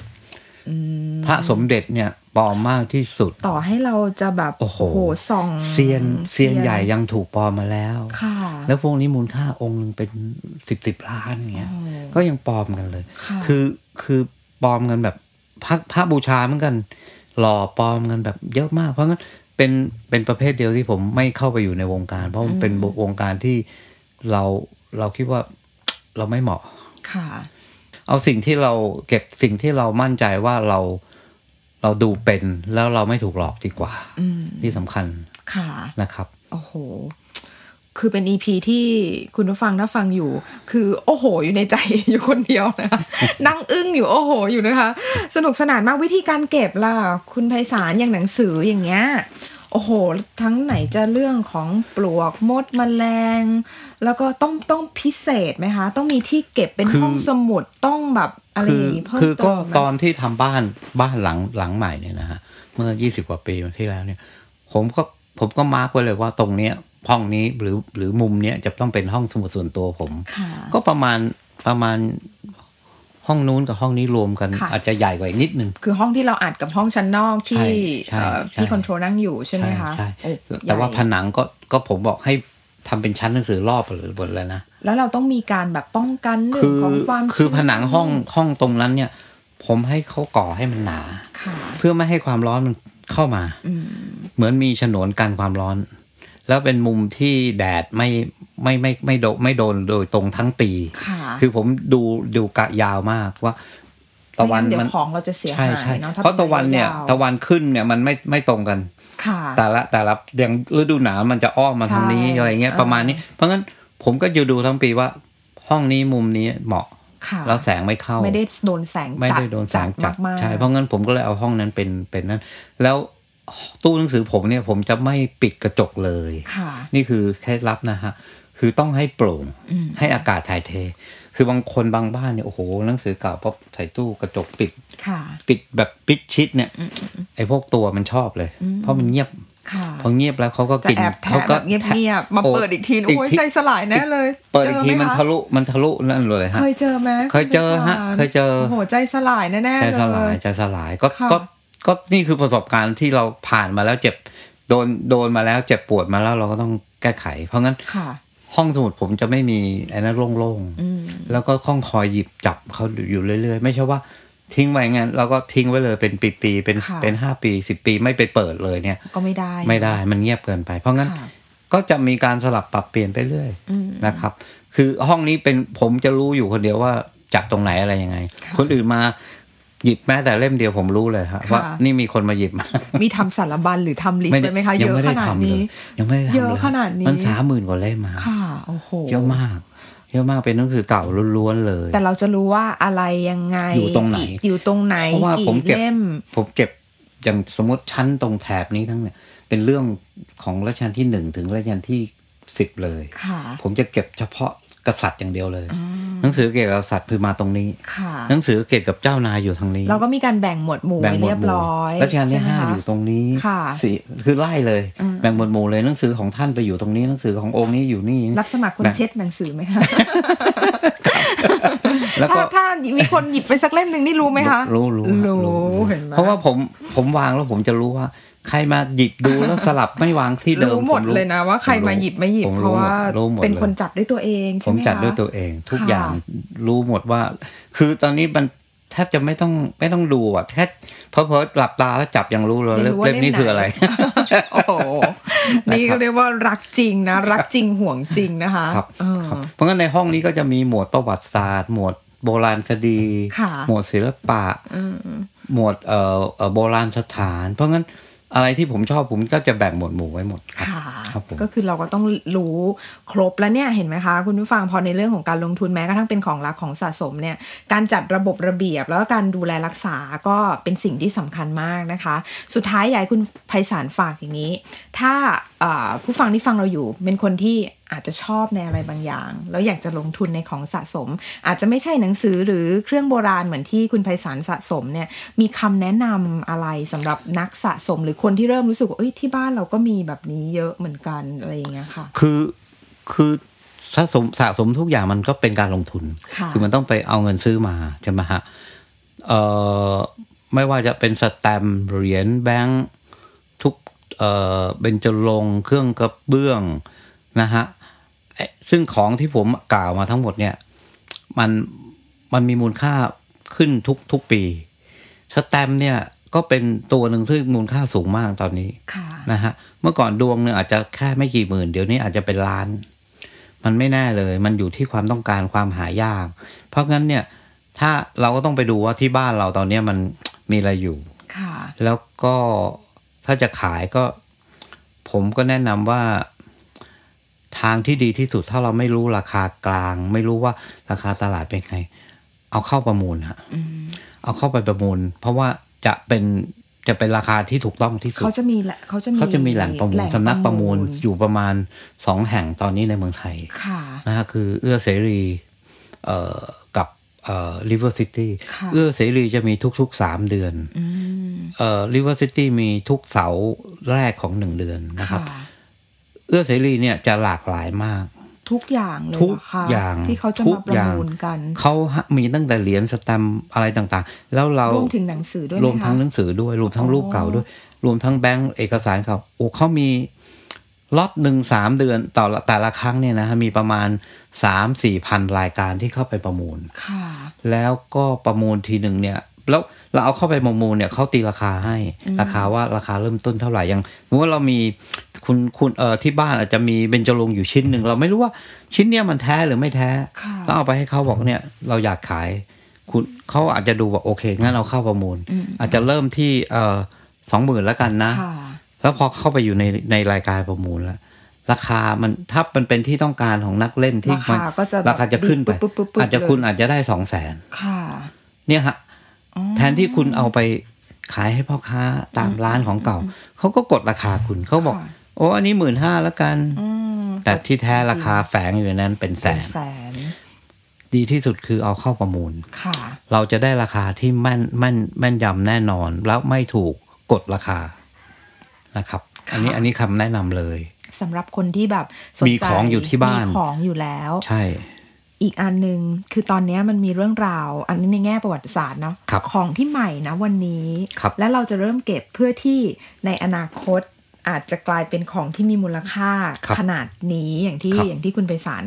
B: อืม
C: พระสมเด็จเนี่ยปลอมมากที่สุด
B: ต่อให้เราจะแบบ
C: โอ้โห
B: ส่อง
C: เซียนเซียนใหญ่ยังถูกปลอมมาแล้ว
B: ค่ะ
C: แล้วพวกนี้มูลค่าองค์หนึงเป็นสิบสิบล้านอย่าง
B: โอ้
C: เงี้ย
B: โห
C: ก็ยังปลอมกันเลย
B: ค่ะ
C: คือคือปลอมกันแบบพระพระบูชาเหมือนกัน หล่อปลอมกันแบบเยอะมาก เพราะงั้นเป็นเป็นประเภทเดียวที่ผมไม่เข้าไปอยู่ในวงการ เพราะมันเป็นวงการที่เราเราคิดว่าเราไม่เหมาะ
B: ค่ะ
C: เอาสิ่งที่เราเก็บสิ่งที่เรามั่นใจว่าเราเราดูเป็นแล้วเราไม่ถูกหลอกดีกว่า
B: อืม
C: ที่สำคัญ
B: ค่ะ
C: นะครับ
B: โอ้โห คือเป็นอีพีที่คุณผู้ฟังถ้าฟังอยู่ คือโอ้โห อยู่ในใจ อยู่คนเดียวนะคะ นั่งอึ้งอยู่โอ้โห อยู่นะคะ สนุกสนานมากวิธีการเก็บล่ะ คุณไพศาลอย่างหนังสืออย่างเงี้ย โอ้โห ทั้งไหนจะเรื่องของปลวกมดมแมลง แล้วก็ต้องต้องพิเศษไหมคะ ต้องมีที่เก็บเป็น
C: คือ
B: ห้องสมุดต้องแบบอะไร
C: คื
B: อย่างนี้เพิ่ม
C: คื
B: เติ
C: ก็
B: มไหม
C: ตอนที่ทำบ้านบ้านหลังหลังใหม่เนี่ยนะฮะเมื่อยี่สิบกว่าปีที่แล้วเนี่ย ผมก็ผมก็มาร์กไว้เลยว่าตรงเนี้ยห้องนี้หรือหรือมุมเนี้ยจะต้องเป็นห้องสมุดส่วนตัวผม
B: ค่ะ
C: ก็ประมาณประมาณห้องนู้นกับห้องนี้รวมกัน
B: ค่ะ
C: อาจจะใหญ่กว่าอีกนิดนึง
B: คือห้องที่เราอัดกับห้องชั้นนอกที่
C: ใช่ใช่
B: เอ่อ
C: ใช่
B: พี่คอนโทรลนั่งอยู่ใช่ไหมคะ
C: ใช่
B: โอ้
C: แต่ว่า
B: ใหญ่
C: ผนังก็ก็ผมบอกให้ทำเป็นชั้นหนังสือรอบหมดเลยนะ
B: แล้วเราต้องมีการแบบป้องกันเรื่
C: คือ อง
B: ของความ
C: คือ
B: ชื้
C: ผนังห้องห้องตรงนั้นเนี่ย ผมให้เขาก่อให้มันหนา
B: ค่ะ
C: เพื่อไม่ให้ความร้อนมันเข้ามา
B: อืม
C: เหมือนมีฉนวนกันความร้อน แล้วเป็นมุมที่แดดไม่ไม่ไม่ไม่โดนไม่โดนโดยตรงทั้งปี
B: ค่ะ
C: คือผมดูดูกะยาวมากว่า ตะวัน
B: ไม่งั้เดี๋ย
C: มัน
B: วของเราจะเสีย
C: ใช่
B: หาย
C: ใช่
B: เนาะถ้
C: เพราะตะวันเนี่ย
B: า
C: ตะวันขึ้นเนี่ยมันไม่ไม่ตรงกัน
B: ค่ะ
C: แต่ละแต่ละอย่างฤดูหนาวมันจะอ้อมมาทางนี้
B: ใช่
C: อะไรเงี้ย
B: อ่า
C: ประมาณนี้ เพราะงั้นผมก็อยู่ดูทั้งปีว่า ห้องนี้มุมนี้เหมาะ
B: ค่ะ
C: แล้วแสงไม่เข้า
B: ไม่ได้โดนแสง
C: ไม่
B: จัด
C: ได้โดนแสงจัด
B: มากๆ
C: ใช่เพราะงั้นผมก็เลยเอาห้องนั้นเป็นเป็นนั้น แล้วตู้หนังสือผมเนี่ยผมจะไม่ปิดกระจกเลย
B: ค่ะ
C: นี่คือเคล็ดลับนะฮะคือต้องให้โปร่ง
B: อืม
C: ให้อากาศถ่ายเท คือบางคนบางบ้านเนี่ยโอ้โหหนังสือเก่าพอใส่ตู้กระจกปิด
B: ค่ะ
C: ปิดแบบปิดชิดเนี่ย
B: อืม
C: ไอ้พวกตัวมันชอบเลย
B: อืม
C: เพราะมันเงียบ
B: ค่ะ
C: พอเงียบแล้วเขาก็
B: จะ
C: กิน
B: แอบแทะ
C: เขา
B: แบ
C: ก็
B: บเงียบๆมา
C: โ
B: เปิดอีกทีโอ้ยใจสลายแน่เลย
C: เปิด
B: จ
C: อีก
B: ไห
C: ทีมัน
B: ค
C: ทะลุมันทะลุนั่นเลยฮะ
B: เคยเจอไหม
C: เคยเจอฮะ
B: ณ
C: เคยเจอ
B: โอ้โหใจสลายแน่ๆ
C: ใจ
B: เลย
C: สลายใจสลายก็
B: ค่ะ
C: ก็ก็นี่คือประสบการณ์ที่เราผ่านมาแล้วเจ็บโดนโดนมาแล้วเจ็บปวดมาแล้วเราก็ต้องแก้ไข เพราะงั้น
B: ค่ะ
C: ห้องสมุดผมจะไม่มีไอ้นั่นโล่ง
B: อืม
C: ๆแล้วก็คล่องคอยหยิบจับเขาอยู่เรื่อย ๆ ไม่ใช่ว่าทิ้งไว้งั้นเราก็ทิ้งไว้เลยเป็นปีๆเป็น
B: ค่ะ
C: เป็นห้าปีสิบปีไม่ไปเปิดเลยเนี่ย
B: ก็ไม่ได้
C: ไม่ได้มันเงียบเกินไป เพราะงั้น
B: ค่ะ
C: ก็จะมีการสลับปรับเปลี่ยนไปเรื่อย
B: อืม
C: นะครับ คือห้องนี้เป็นผมจะรู้อยู่คนเดียวว่าจากตรงไหนอะไรยังไง
B: ค่ะ
C: คนอื่นมาหยิบแม้แต่เล่มเดียวผมรู้เลยครับ
B: ค่ะ
C: ว่านี่มีคนมาหยิบมา
B: มีทำสารบัญหรือทำลิสต์ไว้ไหมคะ
C: ยั
B: เยอะ
C: ไม่
B: ข
C: ได้
B: นาด
C: ทำเล
B: นี้
C: ยยังไม่ได้ทำเลย
B: เยอะขนาดนี้
C: มันสามหมื่นกว่าเล่มมา
B: ค่ะ โอ้โห
C: เยอะมาก เยอะมากเป็นหนังสือเก่าล้วนๆเลย
B: แต่เราจะรู้ว่าอะไรยังไง
C: อยู่ตรงไหน
B: กี่อยู่ตรงไหน
C: เพราะว่าผม
B: กี่
C: เก็บ
B: เล่ม
C: ผมเก็บอย่างสมมติชั้นตรงแถบนี้ทั้งเนี่ย เป็นเรื่องของรัชกาลที่หนึ่งถึงรัชกาลที่สิบเลย
B: ค่ะ
C: ผมจะเก็บเฉพาะกษัตริย์อย่างเดียวเลย
B: อืม
C: หนังสือเกี่ยวกับกษัตริย์คือมาตรงนี้
B: ค่ะ
C: หนังสือเกี่ยวกับเจ้านายอยู่ทางนี้
B: เราก็มีการแบ่งหมวดหมู่
C: แบ่ง
B: ไว้
C: หมว
B: เรี
C: ด
B: ยบ
C: หมู่
B: ร้อย
C: รัชกาลที่
B: ใช่ไม
C: ห้า
B: คะ
C: อยู่ตรงนี้
B: ค่ะ
C: สี่คือไล่เลย
B: อืม
C: แบ่งหมวดหมู่เลยหนังสือของท่านไปอยู่ตรงนี้หนังสือขององค์นี้อยู่นี่
B: รับสมัครคน
C: แบ่ง
B: เช็ดหนังสือไหมคะ
C: แล้วก็
B: ถ้าถ้ามีคนหยิบไปสักเล่มหนึ่งนี่รู้ไหมคะ
C: รู้รู้ฮะ
B: รู้เห็นไหม
C: เพราะว่าผมผมวางแล้วผมจะรู้ว่า ใครมาหยิบดูแล้วสลับไม่วางที่เดิม
B: รู้หมด
C: ผ
B: เลยนะว่าใครมาหยิบไม่หยิบ
C: ผ
B: เพราะ
C: หม
B: ว่า
C: ดรู้หมด
B: เป็น
C: ลย
B: คนจับด้วยตัวเอง
C: ผ
B: ใช่
C: ม
B: ไหมคะ
C: จัดด้วยตัวเองทุก
B: ค่ะ
C: อย่างรู้หมดว่า คือตอนนี้มันแทบจะไม่ต้องไม่ต้องดูอ่ะแค่เพอเพอหลับตาแล้วจับยังรู้เลย
B: จะ
C: เล่ม
B: ว่า
C: เล่มนี้
B: ห
C: คืออะไร
B: โอ้โหนี่ก็เรียกว่ารักจริงนะ รักจริงห่วงจริงนะคะ
C: ครับ
B: เออ
C: ครับเพราะงั้นในห้องนี้ก็จะมีหมวดประวัติศาสตร์ หมวดโบราณคดี
B: ค่ะ
C: หมวดศิลปะ
B: อืม
C: หมวดเอ่อเอ่อโบราณสถาน เพราะงั้นอะไรที่ผมชอบผมก็จะแบ่งหมวดหมู่ไว้หมดครับ
B: ค่ะ
C: ครับผม
B: ก็คือเราก็ต้องรู้ครบแล้วเนี่ยเห็นไหมคะ คุณผู้ฟังพอในเรื่องของการลงทุนแม้กระทั่งเป็นของรักของสะสมเนี่ยการจัดระบบระเบียบ แล้วก็การดูแลรักษาก็เป็นสิ่งที่สำคัญมากนะคะ สุดท้ายอยากให้คุณไพศาลฝากอย่างนี้ ถ้าเอ่อผู้ฟังที่ฟังเราอยู่ เป็นคนที่อาจจะชอบในอะไรบางอย่าง แล้วอยากจะลงทุนในของสะสม อาจจะไม่ใช่หนังสือหรือเครื่องโบราณเหมือนที่คุณไพศาลสะสมเนี่ย มีคำแนะนำอะไรสำหรับนักสะสมหรือคนที่เริ่มรู้สึกว่าเอ้ยที่บ้านเราก็มีแบบนี้เยอะเหมือนกันอะไรอย่างเงี้ยค่ะ
C: คือคือสะสมสะสมทุกอย่างมันก็เป็นการลงทุน
B: ค่ะ
C: คือมันต้องไปเอาเงินซื้อมาใช่ไหมฮะเอ่อไม่ว่าจะเป็นสแตมป์เหรียญแบงค์ทุกเอ่อเบญจรงค์เครื่องกระเบื้องนะฮะเอ๊ะซึ่งของที่ผมกล่าวมาทั้งหมดเนี่ย มันมันมีมูลค่าขึ้นทุกทุกปี สแตมป์เนี่ยก็เป็นตัวหนึ่งซึ่งมูลค่าสูงมากตอนนี้
B: ค่ะ
C: นะฮะเมื่อก่อนดวงเนี่ยอาจจะแค่ไม่กี่หมื่น เดี๋ยวนี้อาจจะเป็นล้าน มันไม่แน่เลย มันอยู่ที่ความต้องการความหายาก เพราะงั้นเนี่ยถ้าเราก็ต้องไปดูว่าที่บ้านเราตอนเนี้ยมัน มีอะไรอยู่
B: ค่ะ
C: แล้วก็ถ้าจะขายก็ ผมก็แนะนำว่า ทางที่ดีที่สุดถ้าเราไม่รู้ราคากลาง ไม่รู้ว่าราคาตลาดเป็นไง เอาเข้าประมูลฮะ
B: อืม
C: เอาเข้าไปประมูล เพราะว่าจะเป็นจะเป็นราคาที่ถูกต้องที่สุด
B: เขาจะมีแหละเขาจะมี
C: เขาจะมีแหล่งประมูล
B: แหล่ง
C: สำนักประมูลอยู่ประมาณสองแห่งตอนนี้ในเมืองไทย
B: ค่ะ
C: นะฮะคือเอื้อเสรีเอ่อกับเอ่อริเวอร์ซิตี้
B: ค่ะ
C: เอื้อเสรีจะมีทุกๆสามเดือน
B: อืม
C: เอ่อริเวอร์ซิตี้มีทุกเสาร์แรกของหนึ่งเดือนนะครับ
B: ะ
C: เอื้อเสรีเนี่ยจะหลากหลายมาก
B: ทุกอย่างเลย
C: ทุก
B: เหรคะ
C: อย่าง
B: ที่เขาจะ
C: ทุ
B: มาก ประ
C: อย่าง
B: มูลกัน
C: เขามีตั้งแต่เหรียญสแตมป์อะไรต่างๆ แล้วเรา
B: ร
C: ร
B: วมถึงหนังสือด้วย
C: รวม
B: ไหคะ
C: ทั้งหนังสือด้วย รวมทั้ง
B: อ๋อ
C: รูปเก่าด้วย รวมทั้งแบงก์เอกสารเก่าโอ้เขามีล็อตหนึ่งสามเดือนต่อละแต่ละครั้งเนี่ยนะฮะมีประมาณสามสี่พันรายการที่เข้าไปประมูล
B: ค่ะ
C: แล้วก็ประมูลทีหนึ่งเนี่ย แล้วเราเอาเข้าไปประมูลเนี่ยเขาตีราคาให้ราคาว่าราคาเริ่มต้นเท่าไหร่ยังสมมติว่าเรามีคุณคุณเอ่อที่บ้านอาจจะมีเบญจรงค์อยู่ชิ้นหนึ่งเราไม่รู้ว่าชิ้นเนี่ยมันแท้หรือไม่แท้
B: ค่ะ
C: แล้วเอาไปให้เขาบอกเนี่ยเราอยากขาย คุณเขาอาจจะดูว่าโอเคงั้นเราเข้าประมูล อาจจะเริ่มที่เอ่อสองหมื่นแล้วกันนะ
B: ค่ะ
C: แล้วพอเข้าไปอยู่ในในรายการประมูลแล้ว ราคามันถ้ามันเป็นที่ต้องการของนักเล่นที่
B: ราคา
C: มัน
B: ก็จะแบบ
C: ราคาจะขึ้นไป
B: ปุ๊บปุ๊บปุ๊บปุ๊บ
C: อาจจะ
B: เลย
C: คุณอาจจะได้สองแสน
B: ค่ะ
C: เนี่ยฮะ
B: อ๋อ
C: แทนที่คุณเอาไปขายให้พ่อค้าตามร้านของเก่า เขาก็กดราคาคุณเขาบอก โอ้อันนี้หมื่นห้าแล้วกัน
B: อืม
C: แต่ที่แท้ราคาแฝงอยู่ในนั้นเป็นแส
B: เป็น
C: น
B: แสน
C: ดีที่สุดคือเอาเข้าประมูล
B: ค่ะ
C: เราจะได้ราคาที่แม่นแม่นแม่นยำแน่นอน แล้วไม่ถูกกดราคานะครับ อันนี้
B: ค่ะ
C: อันนี้คำแนะนำเลย
B: สำหรับคนที่แบบสนใจ
C: มีของอยู่ที่บ้าน
B: มีของอยู่แล้ว
C: ใช่
B: อีกอันหนึ่งคือตอนเนี้ยมันมีเรื่องราว อันนี้ในแง่ประวัติศาสตร์เนาะ
C: ครับ
B: ของที่ใหม่นะวันนี้
C: ครับ
B: และเราจะเริ่มเก็บเพื่อที่ในอนาคตอาจจะกลายเป็นของที่มีมูลค่า
C: ครับ
B: ขนาดนี้อย่างที่
C: ครับ
B: อย่างที่คุณไปสาร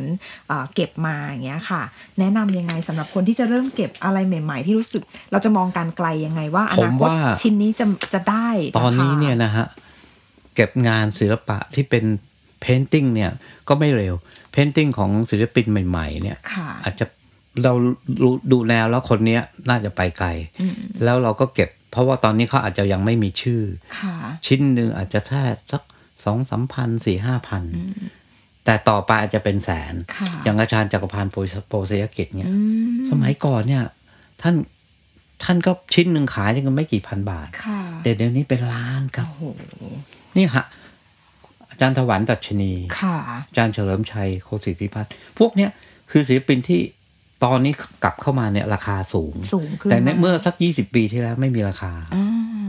B: เอ่อเก็บมาอย่างเงี้ยค่ะ แนะนำยังไงสำหรับคนที่จะเริ่มเก็บอะไรใหม่ ๆ ที่รู้สึกเราจะมองการไกลยังไงว่าอ
C: ผม
B: นาคต
C: ว่า
B: ชิ้นนี้จะจะได้
C: ตอนนี้
B: ราคา
C: เนี่ยนะฮะ เก็บงานศิลปะที่เป็นเพนติ n งเนี่ย ก็ไม่เร็วเพนติ n งของศิลปินใหม่ๆ เนี่ย
B: ค่ะ
C: อาจจะเรารู้ดูแนวแล้วคนเนี้ยน่าจะไปไกล
B: อืม
C: แล้วเราก็เก็บ เพราะว่าตอนนี้เขาอาจจะยังไม่มีชื่อ
B: ค่ะ
C: ชิ้นหนึ่งอาจจะแค่สักสองสามพันสี่ห้าพัน แต่ต่อไปอาจจะเป็นแสน
B: ค่ะ
C: อย่างอาจารย์จักรพันธ์โปรยโปรเซยกิจเนี่ย
B: อืม
C: สมัยก่อนเนี่ย ท่านท่านก็ชิ้นหนึ่งขายเนี่ยก็ไม่กี่พันบาท
B: ค่ะ
C: แต่เดี๋ยวนี้เป็นล้านครับ
B: โอ้โห
C: นี่ฮะอาจารย์ถวันดัชนี
B: ค่ะ
C: อาจารย์เฉลิมชัยโคสิทธิพิพัฒน์พวกเนี้ยคือศิลปินที่ตอนนี้กลับเข้ามาเนี่ยราคาสูง
B: สูงขึ้น
C: แต่ในเมื่อ
B: าก
C: สักยี่สิบปีที่แล้วไม่มีราคา
B: อ่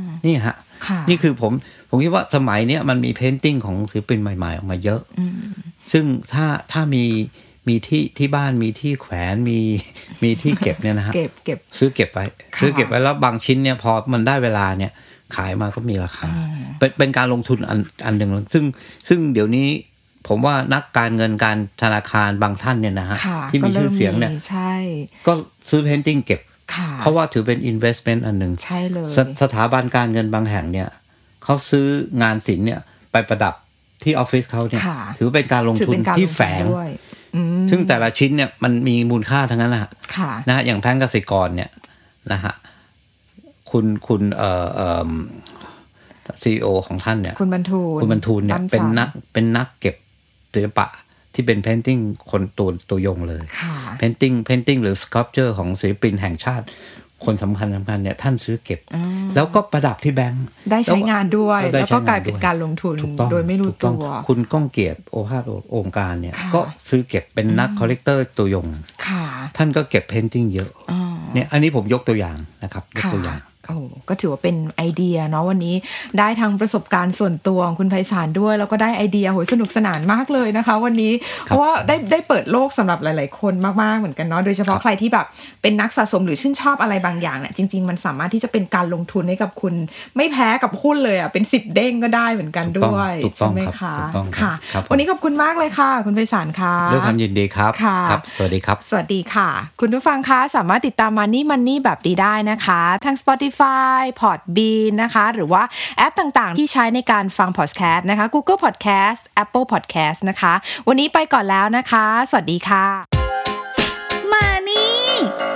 B: า
C: นี่ฮะ
B: ค่ะ
C: นี่คือผมผมคิดว่าสมัยเนี้ยมันมีเพนติ้งของศิลปินใหม่ ๆ ออกมาเยอะ
B: ม
C: ซึ่งถ้าถ้ามีมีที่ที่บ้านมีที่แขวนมีมีที่เก็บเนี่ยนะฮะ
B: เก็บเก็บ
C: ซื้อเก็บไว้
B: ค่ะ
C: ซื้อเก็บไว้แล้วบางชิ้นเนี่ยพอมันได้เวลาเนี่ย ขายมาก็มีราคา
B: อ่า
C: เป็นเป็นการลงทุนอันอันหนึ่งซึ่งซึ่งเดี๋ยวนี้ผมว่านักการเงินการธนาคารบางท่านเนี่ยนะฮะ
B: ค่ะ
C: ที่มี
B: ก็
C: ชื่
B: ริ่
C: อเสียงเนี่ย
B: มีใช่
C: ก็ซื้อเพนติ้งเก็บ
B: ค่ะ
C: เพราะว่าถือเป็น investment อันหนึ่ง
B: ใช่เลย
C: สสถาบันการเงินบางแห่งเนี่ยเขาซื้องานศิลป์เนี่ยไปประดับที่ออฟฟิศเขาเนี่ย
B: ค่ะ
C: ถือเป็นการลง
B: ถือ
C: ทุน
B: เป็นการ
C: ที่
B: ลทุน
C: แฝง
B: ด้วยอืม
C: ซึ่งแต่ละชิ้นเนี่ยมันมีมูลค่าทั้งนั้นนะฮะ
B: ค่ะ
C: นะฮะอย่างแพงกสิกรเนี่ยนะฮะคุณคุณเอ่อเอ่อซีโอของท่านเนี่ย
B: คุณบรรทูล
C: คุณบรรทูลเนี่ย
B: ปั้
C: เป็น
B: สา
C: นักเป็นนักเก็บศิลปะที่เป็นเพนติ้งคนตัวตัวยงเลย
B: ค่ะ
C: เพนติ้งเพนติ้งหรือสครับเจอร์ของศิลปินแห่งชาติ คนสำคัญสำคัญเนี่ยท่านซื้อเก็บ
B: อ่า
C: แล้วก็ประดับที่แบงค์
B: ได้ใช้งานด้วย
C: ได้
B: แล้ว
C: ใช้
B: ก็
C: งาน
B: กลายเป็น
C: ด้วย
B: การลงทุน
C: ถูกต้อง
B: โดยไม่รู้
C: ถูก
B: ตั
C: อง
B: ว
C: คุณก้องเกียรติโอภาสโอโอมการเนี่ย
B: ค่ะ
C: ก็ซื้อเก็บเป็นนักคอลเลกเตอร์ตัวยง
B: ค่ะ
C: ท่านก็เก็บเพนติ้งเยอะ
B: อ๋อ
C: เนี่ยอันนี้ผมยกตัวอย่างนะครับยก
B: ค่ะ
C: ตัวอย่าง
B: โอ้ก็ถือว่าเป็นไอเดียเนาะวันนี้ ได้ทั้งประสบการณ์ส่วนตัวของคุณไพศาลด้วย แล้วก็ได้ไอเดียโหยสนุกสนานมากเลยนะคะ วันนี้เพราะว่าได้ได้เปิดโลกสำหรับหลาย ๆ คนมาก ๆ เหมือนกันเนาะโดยเฉพาะ
C: ครับ
B: ใครที่แบบเป็นนักสะสมหรือชื่นชอบอะไรบางอย่างเนี่ยจริง ๆ มันสามารถที่จะเป็นการลงทุนให้กับคุณ ไม่แพ้กับหุ้นเลยอ่ะเป็นสิบเด้งก็ได้เหมือนกันด้วย
C: ถูกต้
B: ใช่
C: อง
B: ไหม
C: ครั
B: คะ
C: บถูกต้อง
B: ค่ะ
C: ครับผม
B: วันนี้ขอบคุณมากเลยค่ะ คุณไพศาลค่ะ
C: ด้วยความยินดีครับ
B: ค่ะ
C: ครับ สวัสดีครับ
B: สวัสดีค่ะ คุณผู้ฟังคะสามารถติดตามมันนี่มันนี่แบบดีได้นะคะ ทาง Spotify Podbean นะคะ หรือว่าแอปต่างๆ ที่ใช้ในการฟัง podcast นะคะ Google Podcast Apple Podcast นะคะ วันนี้ไปก่อนแล้วนะคะ สวัสดีค่ะ
A: Money